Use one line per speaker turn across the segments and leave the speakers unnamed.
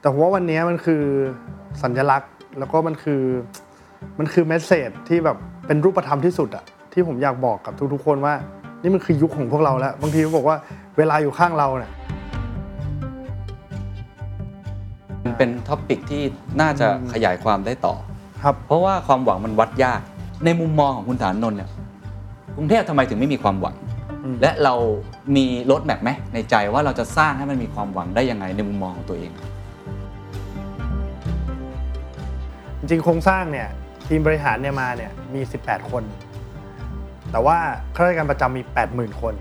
แต่ผมว่าวันนี้มันคือสัญลักษณ์ แล้วก็มันคือมันคือเมสเซจที่แบบเป็นรูปธรรมที่สุดอะที่ผมอยากบอกกับทุกๆคนว่า นี่มันคือยุคของพวกเราแล้ว บางทีเขาบอกว่าเวลาอยู่ข้างเราเนี่ย
มันเป็นท็อปิกที่น่าจะขยายความได้ต่อ
ครับ
เพราะว่าความหวังมันวัดยาก ในมุมมองของคุณฐานนนท์เนี่ยกรุงเทพทำไมถึงไม่มีความหวัง
อืม
และเรามีรถแมพไหมในใจว่าเราจะสร้างให้มันมีความหวังได้ยังไงในมุมมองของตัวเอง
จริงๆโครงสร้างเนี่ยทีมบริหารเนี่ยมาเนี่ยมี 18 คน แต่ว่าข้าราชการประจำมี 80,000 คน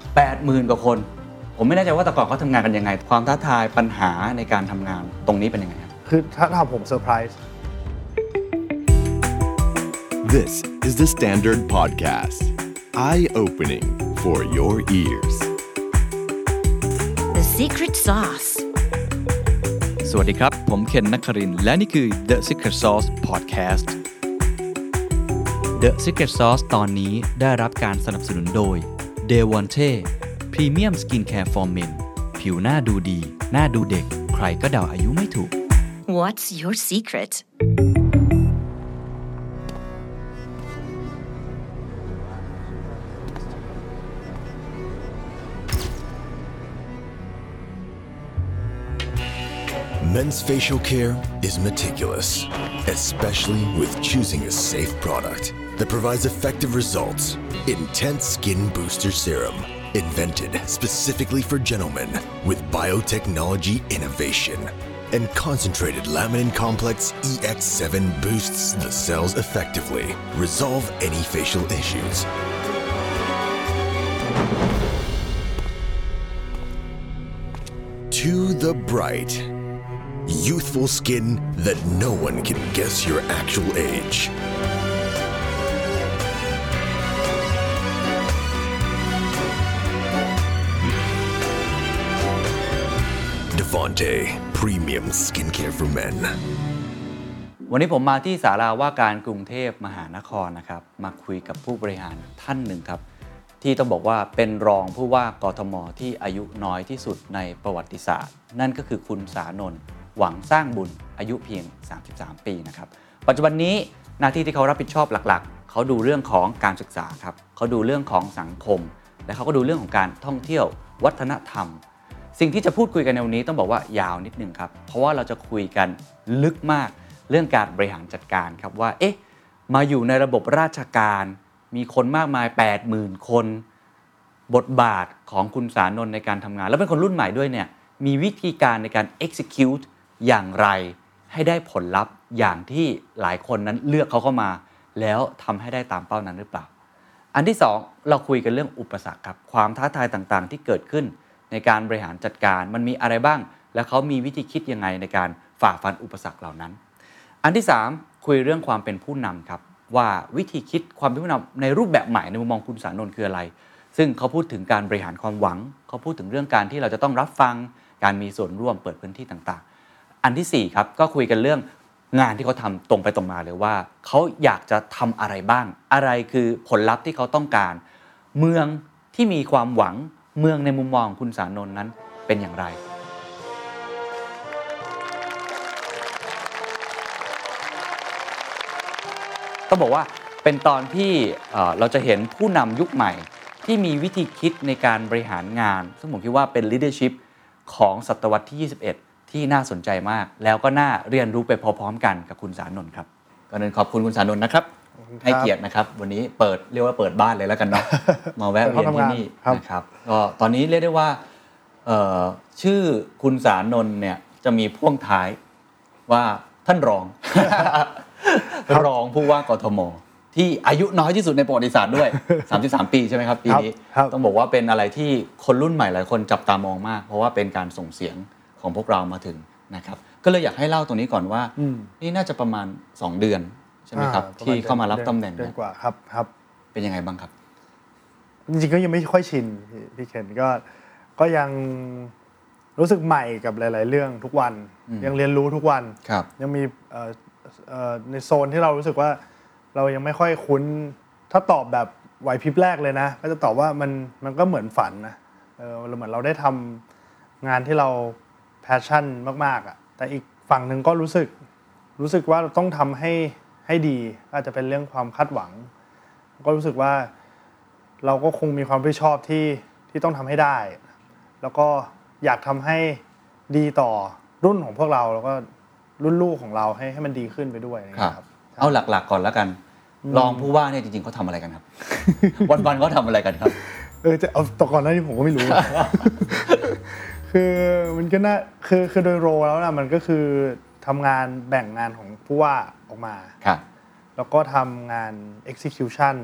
80,000กว่าคน ผมไม่แน่ใจว่าแต่ก่อนเขาทำงานกันยังไง ความท้าทายปัญหาในการทำงานตรงนี้เป็นยังไงครับ
คือถ้าทำผมเซอร์ไพรส์
This is the Standard Podcast. Eye opening for your ears.
The secret sauce.
สวัสดีครับ ผมเคนนักครินทร์และนี่คือ The Secret Sauce Podcast The Secret Sauce ตอนนี้ได้รับการสนับสนุนโดย d e v o n t e Premium Skincare for Men ผิวหน้าดูดี หน้าดูเด็ก ใครก็เดาอายุไม่ถูก
What's your secret?
Men's facial care is meticulous, especially with choosing a safe product that provides effective results. Intense Skin Booster Serum, invented specifically for gentlemen with biotechnology innovation. And concentrated laminin complex EX7 boosts the cells effectively, resolve any facial issues. To the bright. Youthful skin that no one can guess your actual age. Devante Premium Skincare for Men.
วันนี้ผมมาที่ศาลาว่าการกรุงเทพมหานครนะครับ มาคุยกับผู้บริหารท่านหนึ่งครับ ที่ต้องบอกว่าเป็นรองผู้ว่ากทมที่อายุน้อยที่สุดในประวัติศาสตร์ นั่นก็คือคุณสานนท์หวังสร้างบุญอายุเพียง 33 ปีนะครับ ปัจจุบันนี้หน้าที่ที่เขารับผิดชอบหลักๆ เขาดูเรื่องของการศึกษาครับเขาดูเรื่องของสังคม และเขาก็ดูเรื่องของการท่องเที่ยว วัฒนธรรม สิ่งที่จะพูดคุยกันในวันนี้ต้องบอกว่ายาวนิดนึงครับ เพราะว่าเราจะคุยกันลึกมากเรื่องการบริหารจัดการครับว่า เอ๊ะ มาอยู่ในระบบราชการ มีคนมากมาย 80,000 คน บทบาทของคุณสานนท์ในการทำงาน แล้วเป็นคนรุ่นใหม่ด้วยเนี่ย มีวิธีการในการ execute อย่างไร ให้ได้ผลลัพธ์อย่างที่หลายคนนั้นเลือกเขาเข้ามา แล้วทำให้ได้ตามเป้านั้นหรือเปล่า อันที่ 2 เราคุยกันเรื่องอุปสรรคครับความท้าทายต่างๆ ที่เกิดขึ้นในการบริหารจัดการมันมีอะไรบ้าง และเขามีวิธีคิดยังไงในการฝ่าฟันอุปสรรคเหล่านั้น อันที่ 3 คุยเรื่องความเป็นผู้นำครับ ว่าวิธีคิดความเป็นผู้นำในรูปแบบใหม่ในมุมมองคุณสานนท์คืออะไร ซึ่งเขาพูดถึงการบริหารความหวัง เขาพูดถึงเรื่องการที่เราจะต้องรับฟัง การมีส่วนร่วมเปิดพื้นที่ต่างๆ อันทีสี่4ครับก็คุยกันเรื่องงานที่เขาทำตรงไปตรงมาเลยว่า เขาอยากจะทำอะไรบ้าง อะไรคือผลลัพธ์ที่เขาต้องการ เมืองที่มีความหวังเมืองในมุมมองของคุณสานนท์นั้นเป็นอย่างไร ต้องบอกว่าเป็นตอนที่เอ่อเราจะเห็นผู้นำยุคใหม่ ที่มีวิธีคิดในการบริหารงาน ซึ่งผมคิดว่าเป็น leadership ของศตวรรษที่ 21 ที่น่าสนใจมาก แล้วก็น่าเรียนรู้ไปพร้อมๆกันกับคุณสารนนท์ครับก่อนอื่นขอบคุณคุณสารนนท์นะครับ
ครับ
ให้เกียรตินะครับ วันนี้เปิดเรียกว่าเปิดบ้านเลยแล้วกันเนาะ มาแวะเวียนที่นี่
ครับ
นะครับก็ตอนนี้เรียกได้ว่าเอ่อชื่อคุณสารนนท์เนี่ยจะมีพ่วงท้ายว่าท่านร อง รองผู้ว่ากทม ที่อายุน้อยที่สุดในประวัติศาสตร์ ด้วย 33 ปีใช่ไหมครับปีนี้
ครับ
ต้องบอกว่าเป็นอะไรที่คนรุ่นใหม่หลายคนจับตามองมาก เพราะว่าเป็นการส่งเสียงของพวกเรามาถึงนะครับ ก็เลยอยากให้เล่าตรงนี้ก่อนว่า
อืม
นี่น่าจะประมาณ 2 เดือน ใช่ไหมครับ
อ่
ที่เข้ามารับตำแหน่ง
เดือน
เนี่ย
กว่าครับครับ
เป็นยังไงบ้างครับ
จริงๆก็ยังไม่ค่อยชินพี่พี่เคนก็ก็ยังรู้สึกใหม่กับหลาย ๆ เรื่องทุกวัน
อืม
ยังเรียนรู้ทุกวัน
ครับ
ยังมีเอ่อเอ่อในโซนที่เรารู้สึกว่าเรายังไม่ค่อยคุ้น ถ้าตอบแบบไหวพริบแรกเลยนะ ก็จะตอบว่ามันมันก็เหมือนฝันนะเออเหมือนเราได้ทำงานที่เราแพชชั่นมาก ๆอะ แต่อีกฝั่งหนึ่งก็รู้สึกรู้สึกว่าเราต้องทำให้ให้ดีอาจจะเป็นเรื่องความคาดหวัง ก็รู้สึกว่าเราก็คงมีความรับผิดชอบที่ที่ต้องทำให้ได้ แล้วก็อยากทำให้ดีต่อรุ่นของพวกเราแล้วก็รุ่นลูกของเราให้ให้มันดีขึ้นไปด้วยนะไรอย่าง
ครั
เงี้
บ
ยครับ
เอาหลักๆก่อนแล้วกัน รองผู้ว่าเนี่ยจริงๆเขาทำอะไรกันครับ วันๆเขาทำอะไรกันครับ
เออจะเอาตกก่อนหน้านี้ผมก็ไม่รู้ คือมันก็น่าคือคือโดยโรลแล้วนะมันก็คือทำงานแบ่งงานของผู้ว่าออกมา
ครับ
แล้วก็ทำงาน execution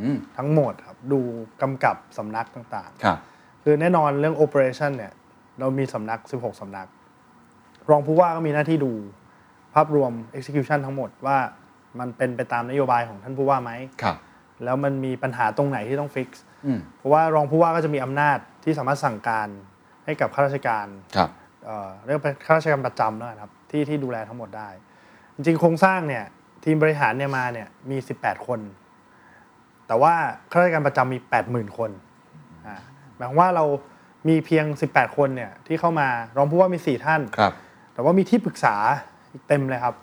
อืม
ทั้งหมดครับ ดูกำกับสำนักต่าง
ครับ
ๆ คือแน่นอนเรื่อง operation เนี่ย เรามีสำนัก 16สำนัก รองผู้ว่าก็มีหน้าที่ดูภาพรวม execution ทั้งหมดว่ามันเป็นไปตามนโยบายของท่านผู้ว่าไหม
ครับ
แล้วมันมีปัญหาตรงไหนที่ต้อง fix
อืม
เพราะว่ารองผู้ว่าก็จะมีอำนาจที่สามารถสั่งการให้กับข้าราชการ
ครับ
เอ่อเรียกเป็นข้าราชการประจำแล้วกันะครับที่ที่ดูแลทั้งหมดได้ จริงๆโครงสร้างเนี่ยทีมบริหารเนี่ยมาเนี่ยมี 18 คน แต่ว่าข้าราชการประจำมี 80,000 คนอ่าหมายความว่าเรามีเพียง 18 คนเนี่ยที่เข้ามารองผู้ว่ามี 4 ท่าน
ครับ
แต่ว่ามีที่ปรึกษาอีกเต็มเลยครับ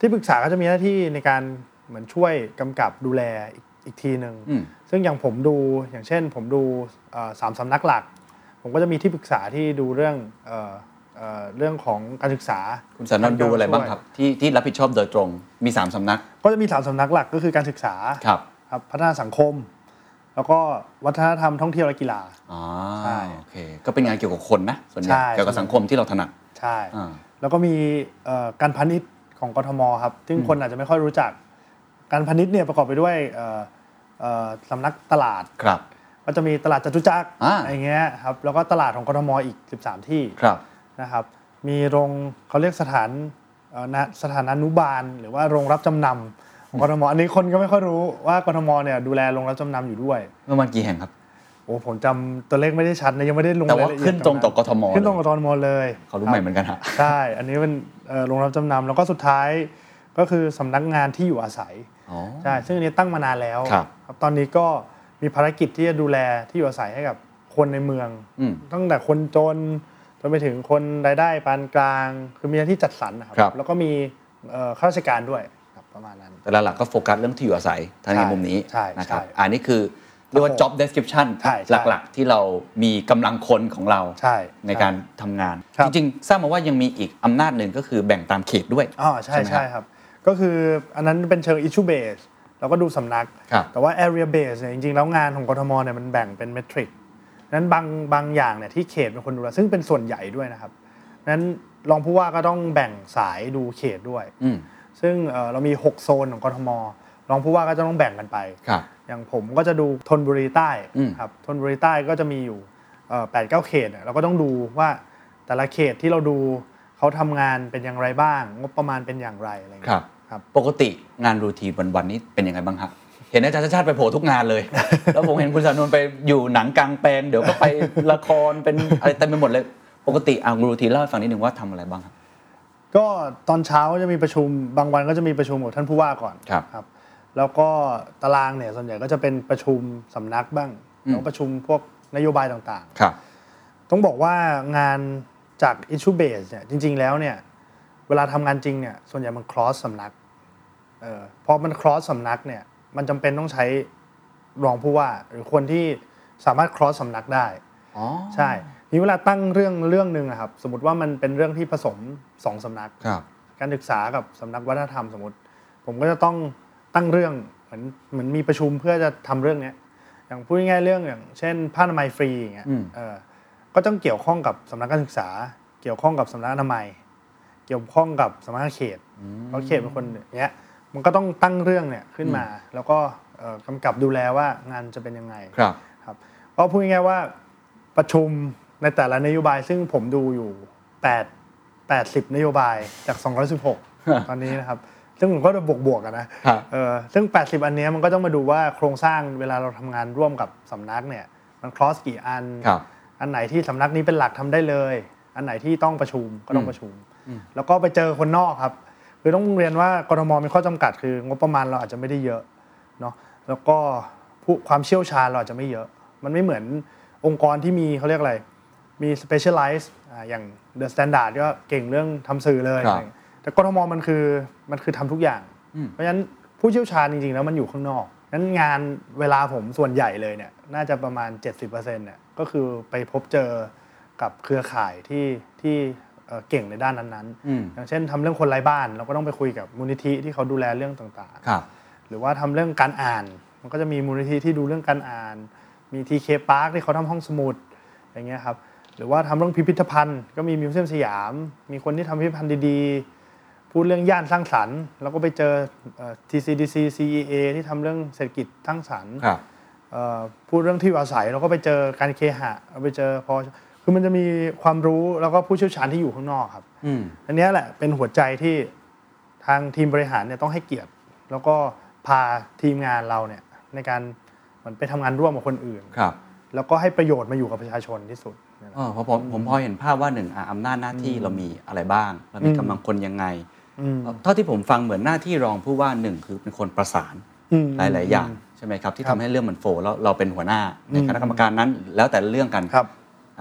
ที่ปรึกษาก็จะมีหน้าที่ในการเหมือนช่วยกำกับดูแลอีกอีกทีหนึ่ง
อืม
ซึ่งอย่างผมดูอย่างเช่น ผมดูเอ่อสามสำนักหลัก ผมก็จะมีที่ปรึกษาที่ดูเรื่องเอ่อเอ่อเรื่องของการศึกษา
คุณสันนนท์ดูอะไรบ้างครับ ที่ที่รับผิดชอบโดยตรงมีสามสำนัก
ก็จะมีสามสำนักหลักก็คือการศึกษา
ครับ
ครับพัฒนาสังคม แล้วก็วัฒนธรรมท่องเที่ยวและกีฬา
อ๋อ
ใช่
โอเค ก็เป็นงานเกี่ยวกับคนนะ ส่วนใหญ่
ใช่
เกี่ยวกับสังคมที่เราถนัด
ใช่
อ่า
แล้วก็มีเอ่อการพาณิชย์ของกทมครับซึ่งคนอาจจะไม่ค่อยรู้จัก การพาณิชย์เนี่ยประกอบไปด้วยเอ่อเอ่อสำนักตลาด
ครับ
ก็จะมีตลาดจตุจักร
อ่า
อะไรเงี้ยครับแล้วก็ตลาดของกทมอีก 13 ที่
ครับ
นะครับมีโรงเขาเรียกสถานเอ่อนะสถานานุบาล หรือว่าโรงรับจำนำของกทมอันนี้คนก็ไม่ค่อยรู้ว่ากทมเนี่ยดูแลโรงรับจำนำอยู่ด้วย
ประมาณกี่แห่งครับ
โอ้ผมจำตัวเลขไม่ได้ชัดนะยังไม่ได้ลง
แต่ว่า
ย
ร
ละเอียด
ขึ้นตรงต่อกทม
ขึ้นตรง
เล
กับ
ย
กทมเลย
เขารู้ใหม่เหมือนกันฮะ
ใช่อันนี้เป็นเอ่อโรงรับจำนำแล้วก็สุดท้ายก็คือสำนักงานที่อยู่อาศัย
อ๋อ
ใช่ซึ่งอันนี้ตั้งมานานแล้ว
ครับ
ครับตอนนี้ก็มีภารกิจที่จะดูแลที่อยู่อาศัยให้กับคนในเมือง
อืม
ตั้งแต่คนจนจนไปถึงคนรายได้ปานกลาง คือมีหน้าที่จัดสรรนะค
ครั
รับ แล้วก็มีเอ่อข้าราชการด้วยครับประมาณนั้น
แต่ละหลักก็โฟกัสเรื่องที่อยู่อาศัยทางใน
ใช่
มุมนี้
ใช่
นะครับ
ใช่
อันนี้คือเรียก
ค
ว่า
รับผม
job description
ใช่ใช่
หลักๆ ที่เรามีกำลังคนของเรา
ใช่
ในการทำงาน
ครับ
จริงๆ ทราบมาว่ายังมีอีกอำนาจหนึ่งก็คือแบ่งตามเขตด้วย
อ๋อใช่
ใช่ไหมครับ
ใช่ครับ ก็คืออันนั้นเป็นเชิง issue base เราก็ดูสำนัก
ครับ
แต่ว่า area base เนี่ยจริงๆ แล้วงานของกทมเนี่ยมันแบ่งเป็นเมทริกนั้นบางบางอย่างเนี่ยที่เขตเป็นคนดูแลซึ่งเป็นส่วนใหญ่ด้วยนะครับนั้นรองผู้ว่าก็ต้องแบ่งสายดูเขตด้วย
อืม
ซึ่งเอ่อเรามี 6 โซนของกทมรองผู้ว่าก็จะต้องแบ่งกันไป
ครับ
อย่างผมก็จะดูธนบุรีใต้
อืม
ครับธนบุรีใต้ก็จะมีอยู่แปดเก้าเขตเนี่ยเราก็ต้องดูว่าแต่ละเขตที่เราดูเขาทำงานเป็นอย่างไรบ้าง งบประมาณเป็นอย่างไรอะไรอย่าง
ค
เงี้ย
รับ
ครับ
ปกติงานรูทีนวันๆนี้เป็นยังไงบ้างฮะเห็นอาจารย์ชาติชาติไปโผล่ทุกงานเลย แล้วผมเห็นคุณสานนท์ไปอยู่หนังกลางแปลงเดี๋ยวก็ไปละครเป็นอะไรเต็มไปหมดเลย ปกติเอารูทีนเล่าให้ฟังนิดหนึ่งว่าทำอะไรบ้างครับ
ก็ตอนเช้าจะมีประชุมบางวันก็จะมีประชุมกับท่านผู้ว่าก่อน
ครับ
ครับ แล้วก็ตารางเนี่ยส่วนใหญ่ก็จะเป็นประชุมสำนักบ้าง
อืม
แล้วประชุมพวกนโยบายต่างๆ
ครับ
ต้องบอกว่างานจาก issue base เนี่ยจริง ๆ แล้วเนี่ยเวลาทำงานจริงเนี่ยส่วนใหญ่มัน cross สำนักเออพอมัน cross สำนักเนี่ยมันจำเป็นต้องใช้รองผู้ว่า หรือคนที่สามารถ cross สำนักได้
อ๋อ
ใช่นี่เวลาตั้งเรื่องเรื่องหนึ่งอะครับสมมติว่ามันเป็นเรื่องที่ผสมสองสำนัก
ครับ
การศึกษากับสำนักวัฒนธรรมสมมติ ผมก็จะต้องตั้งเรื่องเหมือนเหมือนมีประชุมเพื่อจะทำเรื่องเนี้ยอย่างพูดง่ายๆเรื่องอย่าง เช่นผ้าอนามัยฟรีอย่างเงี้ย
อืม
เออก็ต้องเกี่ยวข้องกับสำนักการศึกษา เกี่ยวข้องกับสำนักอนามัย เกี่ยวข้องกับสำนักงานเขตเพราะเขตเป็นคนอย่างเงี้ยมันก็ต้องตั้งเรื่องเนี่ยขึ้นมา แล้วก็เอ่อกำกับดูแลว่างานจะเป็นยังไง
ครับ
ครับก็พูดง่ายๆว่าประชุมในแต่ละนโยบายซึ่งผมดูอยู่ 8 80 นโยบายจาก 216 ตอนนี้นะครับ ซึ่งผมก็จะบวกๆกันนะครับ เออซึ่ง 80 อันเนี้ยมันก็ต้องมาดูว่าโครงสร้างเวลาเราทำงานร่วมกับสำนักเนี่ยมัน cross กี่อัน
ครับ
อันไหนที่สำนักนี้เป็นหลักทำได้เลย อันไหนที่ต้องประชุมก็ต้องประชุม แล้วก็ไปเจอคนนอกครับ คือต้องเรียนว่ากรทมมีข้อจำกัดคืองบประมาณเราอาจจะไม่ได้เยอะเนาะ แล้วก็ผู้ความเชี่ยวชาญเราอาจจะไม่เยอะ มันไม่เหมือนองค์กรที่มีเขาเรียกอะไร มี specialize อ่าอย่าง The Standard ก็เก่งเรื่องทำสื่อเลย
ครับ
แต่กทมมันคือมันคือทำทุกอย่าง เพราะฉะนั้นผู้เชี่ยวชาญจริงๆแล้วมันอยู่ข้างนอกนั้นงานเวลาผมส่วนใหญ่เลยเนี่ยน่าจะประมาณ 70%เนี่ยก็คือไปพบเจอกับเครือข่ายที่ที่เอ่อเก่งในด้านนั้น
อืม
ๆ อย่างเช่นทำเรื่องคนไร้บ้าน เราก็ต้องไปคุยกับมูลนิธิที่เขาดูแลเรื่องต่างๆ
ครับ
หรือว่าทำเรื่องการอ่าน มันก็จะมีมูลนิธิที่ดูเรื่องการอ่าน มีทีเคพาร์คที่เขาทำห้องสมุดอย่างเงี้ยครับ หรือว่าทำเรื่องพิพิธภัณฑ์ ก็มีมิวเซียมสยาม มีคนที่ทำพิพิธภัณฑ์ดีๆ พูดเรื่องย่านสร้างสรรค์ แล้วก็ไปเจอเอ่อ TCDC CEA ที่ทำเรื่องเศรษฐกิจสร้างสรรค์
ครับ
เอ่อพูดเรื่องที่อยู่อาศัยเราก็ไปเจอการเคหะเราไปเจอพอคือมันจะมีความรู้แล้วก็ผู้เชี่ยวชาญที่อยู่ข้างนอกครับ
อืม
อันเนี้ยแหละเป็นหัวใจที่ทางทีมบริหารเนี่ยต้องให้เกียรติ แล้วก็พาทีมงานเราเนี่ยในการเหมันไปทำงานร่วมกับคนอื่น
ครับ
แล้วก็ให้ประโยชน์มาอยู่กับประชาชนที่สุดเนี่ยแหละ
เออเพราะผมผมพอเห็นภาพว่าหนึ่งอ่ะอำนาจหน้าที่เรามีอะไรบ้าง เรามีกำลังคนยังไง
อืม
เอ่อเท่าที่ผมฟังเหมือนหน้าที่รองผู้ว่าหนึ่งคือเป็นคนประสาน
อืม
หลาย ๆ อย่างใช่ไหมครับ ที่ทำให้เรื่องมันโฟล์แล้วเราเป็นหัวหน้าในคณะกรรมการนั้น แล้วแต่เรื่องกัน
ครับ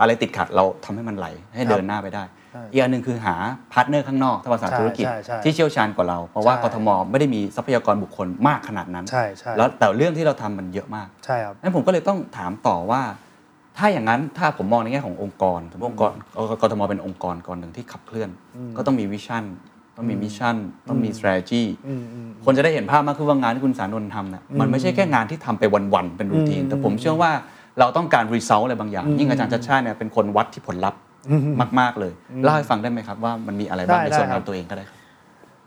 อะไรติดขัดเราทำให้มันไหล ให้
ครับ
เดินหน้าไปได้
ใช่
อีกอันหนึ่งคือหาพาร์ทเนอร์ข้างนอกทางภาษา
ใช่
ธุรกิจ
ใช่ใช่
ที่เชี่ยวชาญกว่าเรา เพราะว่า
ใช่
กทมไม่ได้มีทรัพยากรบุคคลมากขนาดนั้น
ใช่ใช่
แล้วแต่เรื่องที่เราทำมันเยอะมาก
ใช่ครับ
นั้นผมก็เลยต้องถามต่อว่า ถ้าอย่างนั้นถ้าผมมองในแง่ขององค์กรสมมติองค์กรเอ่อกทมเป็นองค์กรก่อนหนึ่งที่ขับเคลื่อน ก็ต้องมีวิชั่นต้องมีมิชชั่นต้องมี strategy คนจะได้เห็นภาพมากขึ้นว่างานที่คุณสารนนท์ทำเนี่ยมันไม่ใช่แค่งานที่ทำไปวัน ๆ เป็นรูทีน แต่ผมเชื่อว่าเราต้องการ result อะไรบางอย่าง ยิ่งอาจารย์ชัดชาติเนี่ยเป็นคนวัดที่ผลลัพธ์มาก ๆ เลยเล่าให้ฟังได้ไหมครับว่ามันมีอะไรบ้าง
ได้
ในส่วน
ได้
ข
ครั
อบ งตัวเองก็ได้ครับ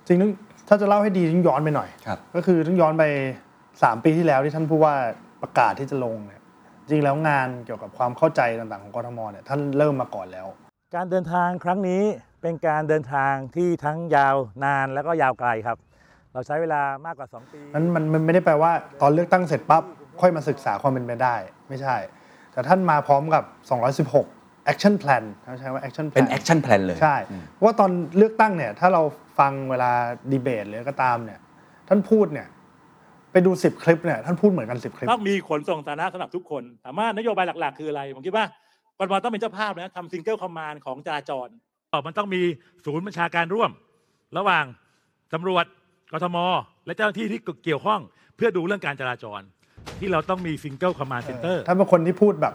จริงต้องถ้าจะเล่าให้ดีต้องย้อนไปหน่อย
ครับ
ก็คือต้องย้อนไป 3 ปีที่แล้วที่ท่านผู้ว่าประกาศที่จะลงเนี่ยจริงแล้วงานเกี่ยวกับความเข้าใจต่างๆของกทมเนี่ยท่านเริ่มมาก่อนแล้ว
การเดินทางครั้งนี้เป็นการเดินทางที่ทั้งยาวนานและก็ยาวไกลครับ เราใช้เวลามากกว่า 2 ปี
นั้นมันมันไม่ได้แปลว่าตอนเลือกตั้งเสร็จปั๊บ ค่อยมาศึกษาความเป็นไปได้ ไม่ใช่ แต่ท่านมาพร้อมกับ 216 action plan ท่านใช้ว่า action plan
เป็น action plan เลย
ใช่เพราะว่าตอนเลือกตั้งเนี่ยถ้าเราฟังเวลาดีเบตหรือก็ตามเนี่ยท่านพูดเนี่ยไปดู 10 คลิปเนี่ยท่านพูดเหมือนกัน 10 คลิป
ต้องมีขนส่งสาธารณะสำหรับทุกคน ถามว่านโยบายหลัก ๆ คืออะไร ผมคิดว่ากรทมต้องเป็นเจ้าภาพนะทำซิงเกิลคอมมานด์ของจราจร
มันต้องมีศูนย์บัญชาการร่วม ระหว่างตำรวจกทม และเจ้าหน้าที่ที่เกี่ยวข้อง เพื่อดูเรื่องการจราจร ที่เราต้องมีซิงเกิลคอมมานด์เซ็นเตอร์
ท่านเป็นคนที่พูดแบบ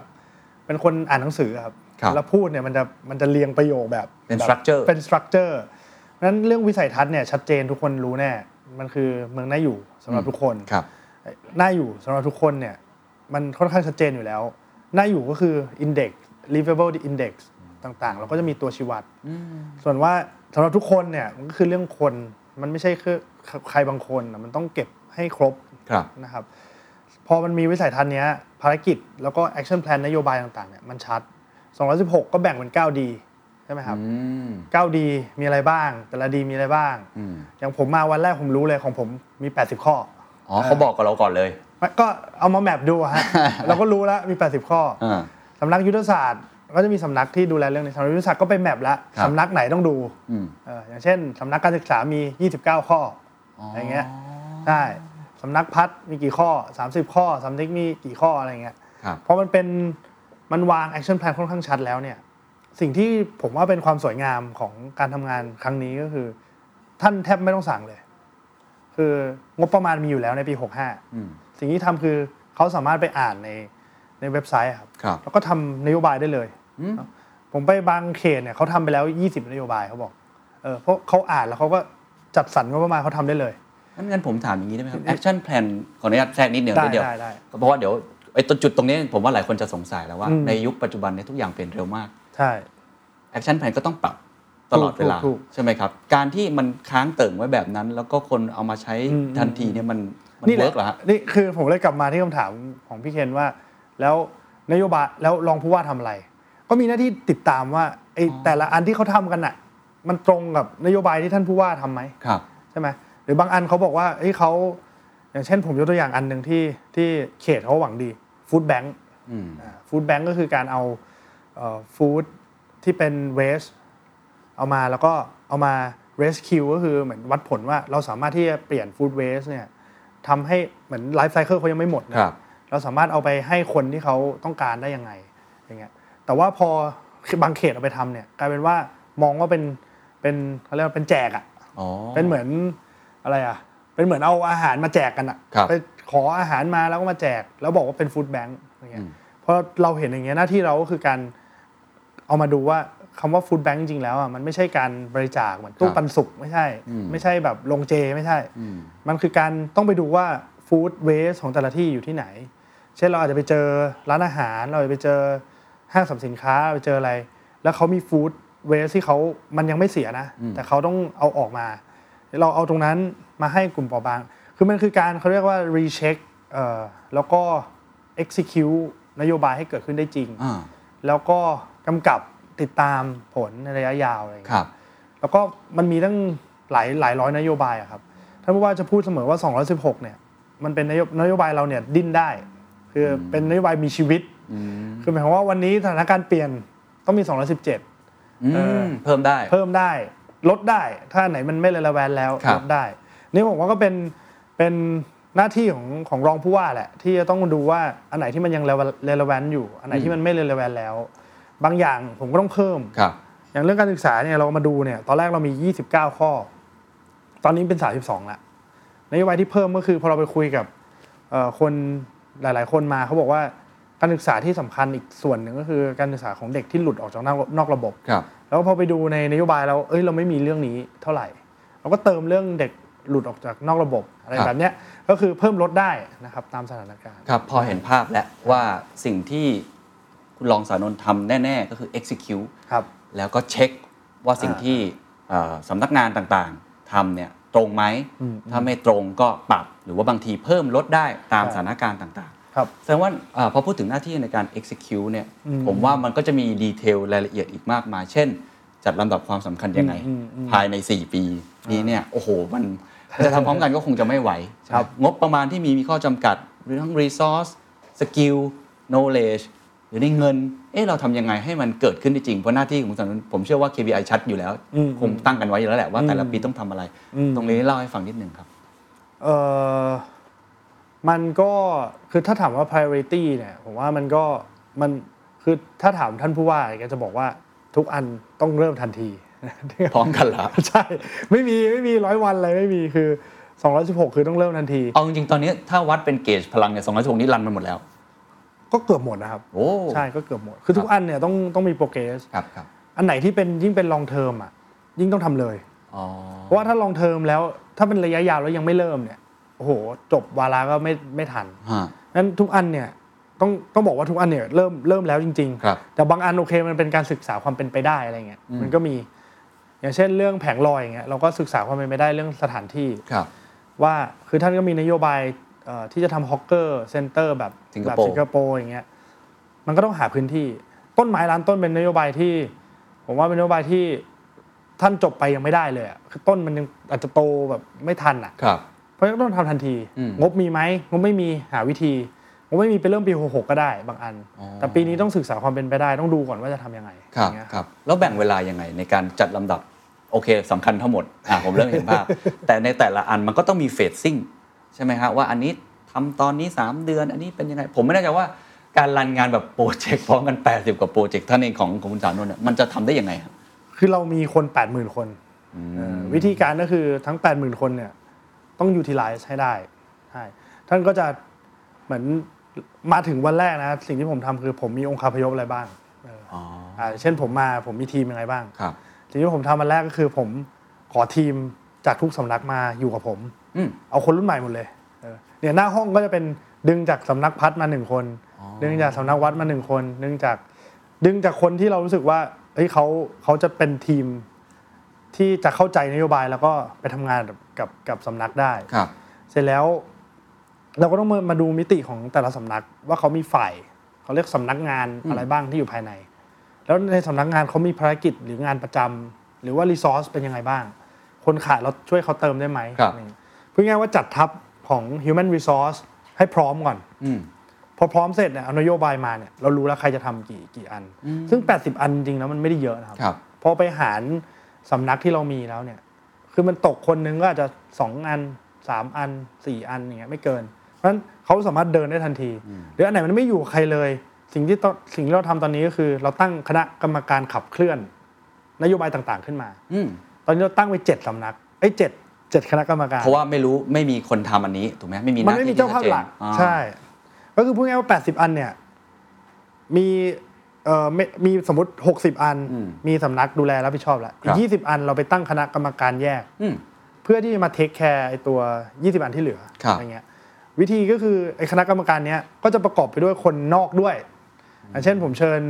เป็นคนอ่านหนังสือครับ
ครับ
แล้วพูดเนี่ยมันจะมันจะเรียงประโยคแบบ
เป็น
แบบ
structure
เป็น structure เพราะฉะนั้นเรื่องวิสัยทัศน์เนี่ยชัดเจนทุกคนรู้แน่ มันคือเมืองน่าอยู่สำหรับทุกคน
ครับ
น่าอยู่สำหรับทุกคนเนี่ยมันค่อนข้างชัดเจนอยู่แล้ว น่าอยู่ก็คือ index livable index ต่างๆ เราก็จะมีตัวชี้วัด ส่วนว่าสำหรับทุกคนเนี่ยมันก็คือเรื่องคนมันไม่ใช่คือใครบางคนนะมันต้องเก็บให้ครบ
ครับ
นะครับพอมันมีวิสัยทัศน์เนี้ยภารกิจแล้วก็แอคชั่นแพลนนโยบายต่างๆเนี่ยมันชัด 216 ก็แบ่งเป็น 9D ใช่ไหมครับ
อืม
9D มีอะไรบ้าง แต่ละดีมีอะไรบ้าง อย่างผมมาวันแรกผมรู้เลยของผมมี 80 ข้อ
อ๋อเขาบอกกับเราก่อนเลย
มันก็เอามาแมปดูอะฮ ะ เราก็รู้แล้วมี 80 ข้อ
อ่า
สำนักยุทธศาสตร์ก็จะมีสำนักที่ดูแลเรื่องนี้สำนักยุทธศาสตร์ก็ไปแมปแล้ว
ครับ
สำนักไหนต้องดู
อืม
เอออย่างเช่นสำนักการศึกษามี 29 ข้ออย่างเงี้ย ใช่สำนักพัฒน์มีกี่ข้อ 30 ข้อสำนักมีกี่ข้ออะไรเงี้ย
ครับ
เพราะมันเป็นมันวางแอคชั่นแพลนค่อนข้างชัดแล้วเนี่ยสิ่งที่ผมว่าเป็นความสวยงามของการทำงานครั้งนี้ก็คือ ท่านแทบไม่ต้องสั่งเลย คืองบประมาณมีอยู่แล้วในปี
อืม
65 สิ่งที่ทำคือเขาสามารถไปอ่านในในเว็บไซต์ครับ
ครับ
แล้วก็ทำนโยบายได้เลย ผมไปบางเขตเนี่ยเขาทำไปแล้ว 20 นโยบายเขาบอกเออเพราะเขาอ่านแล้วเขาก็จัดสรรงบประมาณเขาทำได้เลย
งั้นงั้นผมถามอย่างนี้ได้ไหมครับ action plan ขออนุญาตแทรกนิดเดียว
ได้
นิดเดียว
ได้ได้
ก็เพราะว่าเดี๋ยวไอ้ตรงจุดตรงนี้ผมว่าหลายคนจะสงสัยแล้วว่า
อืม
ในยุคปัจจุบันเนี่ยทุกอย่างเปลี่ยนเร็วมาก
ใช่
action plan ก็ต้องปรับตลอดเวลา
ถูกถูกถูก
ใช่ไหมครับ การที่มันค้างเติ่งไว้แบบนั้น แล้วก็คนเอามาใช้ทันทีเนี่ยมันมัน
แหละ
เวิร์กเหรอฮะ
นี่คือผมเลยกลับมาที่คำถามของพี่เคนว่า แล้วนโยบายแล้วรองผู้ว่าทำอะไร ก็มีหน้าที่ติดตามว่าไอ้แต่ละอันที่เขาทำกันน่ะ มันตรงกับนโยบายที่ท่านผู้ว่าทำไหม
ครับ
ใช่ไหมหรือบางอันเขาบอกว่าเอ้ยเขาอย่างเช่นผมยกตัวอย่างอันหนึ่งที่ที่เขตเขาหวังดีฟู้ดแบงค์
อืม
ฟู้ดแบงค์ก็คือการเอาฟู้ดที่เป็นเวสเอามาแล้วก็เอามา rescue ก็คือเหมือนวัดผลว่าเราสามารถที่จะเปลี่ยนฟู้ดเวสเนี่ย ทำให้เหมือนไลฟ์ไซเคิลเขายังไม่หมดนะครับ เราสามารถเอาไปให้คนที่เขาต้องการได้ยังไงอย่างเงี้ยแต่ว่าพอเข คือบางเขตเอาไปทำเนี่ยกลายเป็นว่ามองว่าเป็นเป็นเขาเรียกว่าเป็นแจกอะ
อ๋อ
เป็นเหมือนอะไรอ่ะ เป็นเหมือนเอาอาหารมาแจกกันอ่ะ
ครับ
ไปขออาหารมาแล้วก็มาแจก แล้วบอกว่าเป็นฟู้ดแบงค์อย่างเงี้
อื
ย
ม
เพราะเราเห็นอย่างเงี้ยหน้าที่เราก็คือการเอามาดูว่าคำว่าฟู้ดแบงค์จริงๆแล้วอ่ะมันไม่ใช่การบริจาคเหมือนตู้ปันสุกไม่ใช่ ไม่ใช่แบบลงเจไม่ใช่
อืม
มันคือการต้องไปดูว่าฟู้ดเวสของแต่ละที่อยู่ที่ไหน เช่นเราอาจจะไปเจอร้านอาหาร เราอาจจะไปเจอห้างสรรพสินค้าไปเจออะไร แล้วเขามีฟู้ดเวสที่เขามันยังไม่เสียนะ แต่เขาต้องเอาออกมา เราเอาตรงนั้นมาให้กลุ่มเปราะบาง คือมันคือการเขาเรียกว่า recheck เอ่อแล้วก็ execute นโยบายให้เกิดขึ้นได้จริง
อ่า
แล้วก็กำกับติดตามผลในระยะยาวอะไรอย่าง
ค
เงี้ย
รับ
แล้วก็มันมีตั้งหลายหลายร้อยนโยบายอะครับท่านผู้ว่าจะพูดเสมอว่า 216 เนี่ย มันเป็นนโยนโยบายเราเนี่ยดิ้นได้ คืออเป็นนโยบายมีชีวิต คือหมายความว่าวันนี้สถานการณ์เปลี่ยนต้องมี 217
อืม
เออ
เพิ่มได้
เพิ่มได้ลดได้ ถ้าไหนมันไม่เลยละแวนแล้ว
ครับ
ลดได้ นี่ผมว่าก็เป็นเป็นหน้าที่ของของรองผู้ว่าแหละ ที่จะต้องดูว่าอันไหนที่มันยังเลยละแวนอยู่ อันไหนที่มันไม่เลยละแวนแล้ว บางอย่างผมก็ต้องเพิ่ม
ครับ
อย่างเรื่องการศึกษาเนี่ยเรามาดูเนี่ยตอนแรกเรามี 29 ข้อ ตอนนี้เป็น 32ละนโยบายที่เพิ่มก็คือพอเราไปคุยกับเอ่อคนหลาย ๆ คนมาเขาบอกว่าการศึกษาที่สำคัญอีกส่วนหนึ่งก็คือการศึกษาของเด็กที่หลุดออกจากนอกนอกระบบ
ครับ
แล้วพอไปดูในนโยบายเราเอ้ยเราไม่มีเรื่องนี้เท่าไหร่ เราก็เติมเรื่องเด็กหลุดออกจากนอกระบบอะไร
ครับ
แบบเนี้ยก็คือเพิ่มลดได้นะครับตามสถานการณ์
ครับ พอเห็นภาพแล้วว่าสิ่งที่คุณรองสานนท์ทำแน่ ๆ ก็คือ execute
ครับ
แล้วก็เช็คว่าสิ่งที่เอ่อสำนักงานต่างๆทำเนี่ยตรงไหม
อืม
ถ้าไม่ตรงก็ปรับ หรือว่าบางทีเพิ่มลดได้ตาม
ครับ
สถานการณ์ต่างๆ
ครับ
แสดงว่าอาพอพูดถึงหน้าที่ในการ execute เนี่ย
อืม
ผมว่ามันก็จะมีดีเทลรายละเอียดอีกมากมาย เช่น จัดลำดับความสำคัญยังไง
อืมอืม
ภายใน 4 ปีนี้เนี่ย โอ้โห มันจะทำพร้อมกันก็คงจะไม่ไหว
ครับ
งบประมาณที่มีมีข้อจำกัดหรือทั้ง resource skill knowledge หรือในเงิน เอ๊ะเราทำยังไงให้มันเกิดขึ้นได้จริง เพราะหน้าที่ของสำนักผมเชื่อว่า KPI ชัดอยู่แล้ว
อืม
คงตั้งกันไว้อยู่แล้วแหละว่าแต่ละ
อืม
ปีต้องทำอะไร
อืม
ตรงนี้เล่าให้ฟังนิดหนึ่งครับ
เออมันก็คือถ้าถามว่า priority เนี่ยผมว่ามันก็มันคือถ้าถามท่านผู้ว่าแกจะบอกว่าทุกอันต้องเริ่มทันที
พร้อมกันละ
ใช่ ไม่มีไม่มีร้อยวันเลยไม่มีคือ 216 คือต้องเริ่มทันที
เอาจริงๆตอนนี้ถ้าวัดเป็นเกจพลังเนี่ยสองร้อยนี่รันมันหมดแล้ว
ก็เกือบหมดนะครับ
โอ้
ใช่ก็เกือบหมด คือทุกอันเนี่ยต้องต้องมีโปรเกรส
ครับครับ
อันไหนที่เป็นยิ่งเป็น long term อ่ะยิ่งต้องทำเลย
อ๋อ
เพราะว่าถ้า long term แล้วถ้าเป็นระยะยาวแล้วยังไม่เริ่มเนี่ยโอ้โหจบวาระก็ไม่ไม่ทัน
ฮะ
นั้นทุกอันเนี่ยต้องต้องบอกว่าทุกอันเนี่ยเริ่มเริ่มแล้วจริง
ครับ
แต่บางอันโอเคมันเป็นการศึกษาความเป็นไปได้อะไรเงี้ยมันก็มี อย่างเช่นเรื่องแผงลอยอย่างเงี้ยเราก็ศึกษาความเป็นไปได้เรื่องสถานที่
ครับ
ว่าคือท่านก็มีนโยบายเอ่อที่จะทำฮอกเกอร์เซ็นเตอร์แบบ
สิงค
แบบ
โปร์
สิงคโปร์อย่างเงี้ยมันก็ต้องหาพื้นที่ ต้นไม้ร้านต้นเป็นนโยบายที่ ผมว่าเป็นนโยบายที่ท่านจบไปยังไม่ได้เลยอะคือต้นมันยังอาจจะโตแบบไม่ทันอ่ะ
ครับ
เพราะฉะนั้นต้องทำทันที
อืม
งบมีไหมงบไม่มีหาวิธี งบไม่มีไปเริ่มปีหกหกก็ได้บางอัน
อ๋อ
แต่ปีนี้ต้องศึกษาความเป็นไปได้ต้องดูก่อนว่าจะทำยังไง
ครั
อ
บ
ย่างเงี้ย
ครับ แล้วแบ่งเวลายังไงในการจัดลำดับ โอเคสำคัญทั้งหมด อ่ะผมเริ่มเห็นภาพ แต่ในแต่ละอันมันก็ต้องมีเฟสซิ่งใช่ไหมฮะว่าอันนี้ทำตอนนี้ 3 เดือน อันนี้เป็นยังไง ผมไม่แน่ใจว่าการรันงานแบบโปรเจกต์พร้อมกัน 80 กว่าโปรเจกต์ท่านเองของของคุณสารนนท์เนี่ยมันจะทำได้ยังไงครับ
คือเรามีคน 8 0,000 คนเอ่อวิธีการก็คือทั้ง 8 0,000 คนเนี่ยต้องยูทิลไลซ์ให้ได้ใช่ท่านก็จะเหมือนมาถึงวันแรกนะสิ่งที่ผมทำคือผมมีองค์คาพยพอะไรบ้างเออออ่าเช่นผมมาผมมีทีมยังไงบ้าง
ครับ
สิ่งที่ผมทำวันแรกก็คือผมขอทีมจากทุกสำนักมาอยู่กับผม
อืม
เอาคนรุ่นใหม่หมดเลยเออเนี่ยหน้าห้องก็จะเป็นดึงจากสำนักพัฒน์มาหนึ่งคน ดึงจากสำนักวัดมาหนึ่งคน ดึงจากดึงจากคนที่เรารู้สึกว่าเฮ้ยเขาเขาจะเป็นทีมที่จะเข้าใจนโยบายแล้วก็ไปทำงานกับกับกับสำนักได้
ครับ
เสร็จแล้วเราก็ต้องมามาดูมิติของแต่ละสำนักว่าเขามีฝ่ายเขาเรียกสำนักงานอะไรบ้างที่อยู่ภายใน แล้วในสำนักงานเขามีภารกิจหรืองานประจำหรือว่ารีซอสเป็นยังไงบ้าง คนขาดเราช่วยเขาเติมได้ไหม
ครับ
อะไรอย่างเงี้ยพูดง่ายๆว่าจัดทัพของ human resource ให้พร้อมก่อน
อืม
พอพร้อมเสร็จเนี่ยเอานโยบายมาเนี่ยเรารู้แล้วใครจะทำกี่กี่อัน ซึ่ง 80 อันจริงๆแล้วมันไม่ได้เยอะนะครับ
ครับ
พอไปหารสำนักที่เรามีแล้วเนี่ย คือมันตกคนหนึงก็อาจจะ 2 อัน 3 อัน 4 อันอย่างเงี้ยไม่เกิน เพราะฉะนั้นเขาสามารถเดินได้ทันที หรืออันไหนมันไม่อยู่กับใครเลย สิ่งที่ต้องสิ่งที่เราทำตอนนี้ก็คือ เราตั้งคณะกรรมการขับเคลื่อน นโยบายต่างๆขึ้นมา
อืม
ตอนนี้เราตั้งไว้เจ็ดสำนักไอ้เจ็ดเจ็ดคณะกรรมการ
เพราะว่าไม่รู้ไม่มีคนทำอันนี้ถูกไหมไม่มี
มันไม่มีเจ้าภาพหลัก
ที่ชัดเจนอ่า
ใช่ ก็คือพูดง่ายๆว่า 80 อันเนี่ยมีเอ่อไม่มีสมมติ 60 อัน มีสำนักดูแลรับผิดชอบแล้วอีก20 อันเราไปตั้งคณะกรรมการแยก
อืม
เพื่อที่จะมาเทคแคร์ไอตัว 20 อันที่เหลือ
ครับ
อะไรเงี้ยวิธีก็คือไอคณะกรรมการเนี้ยก็จะประกอบไปด้วยคนนอกด้วยอย่างเช่นผมเชิญ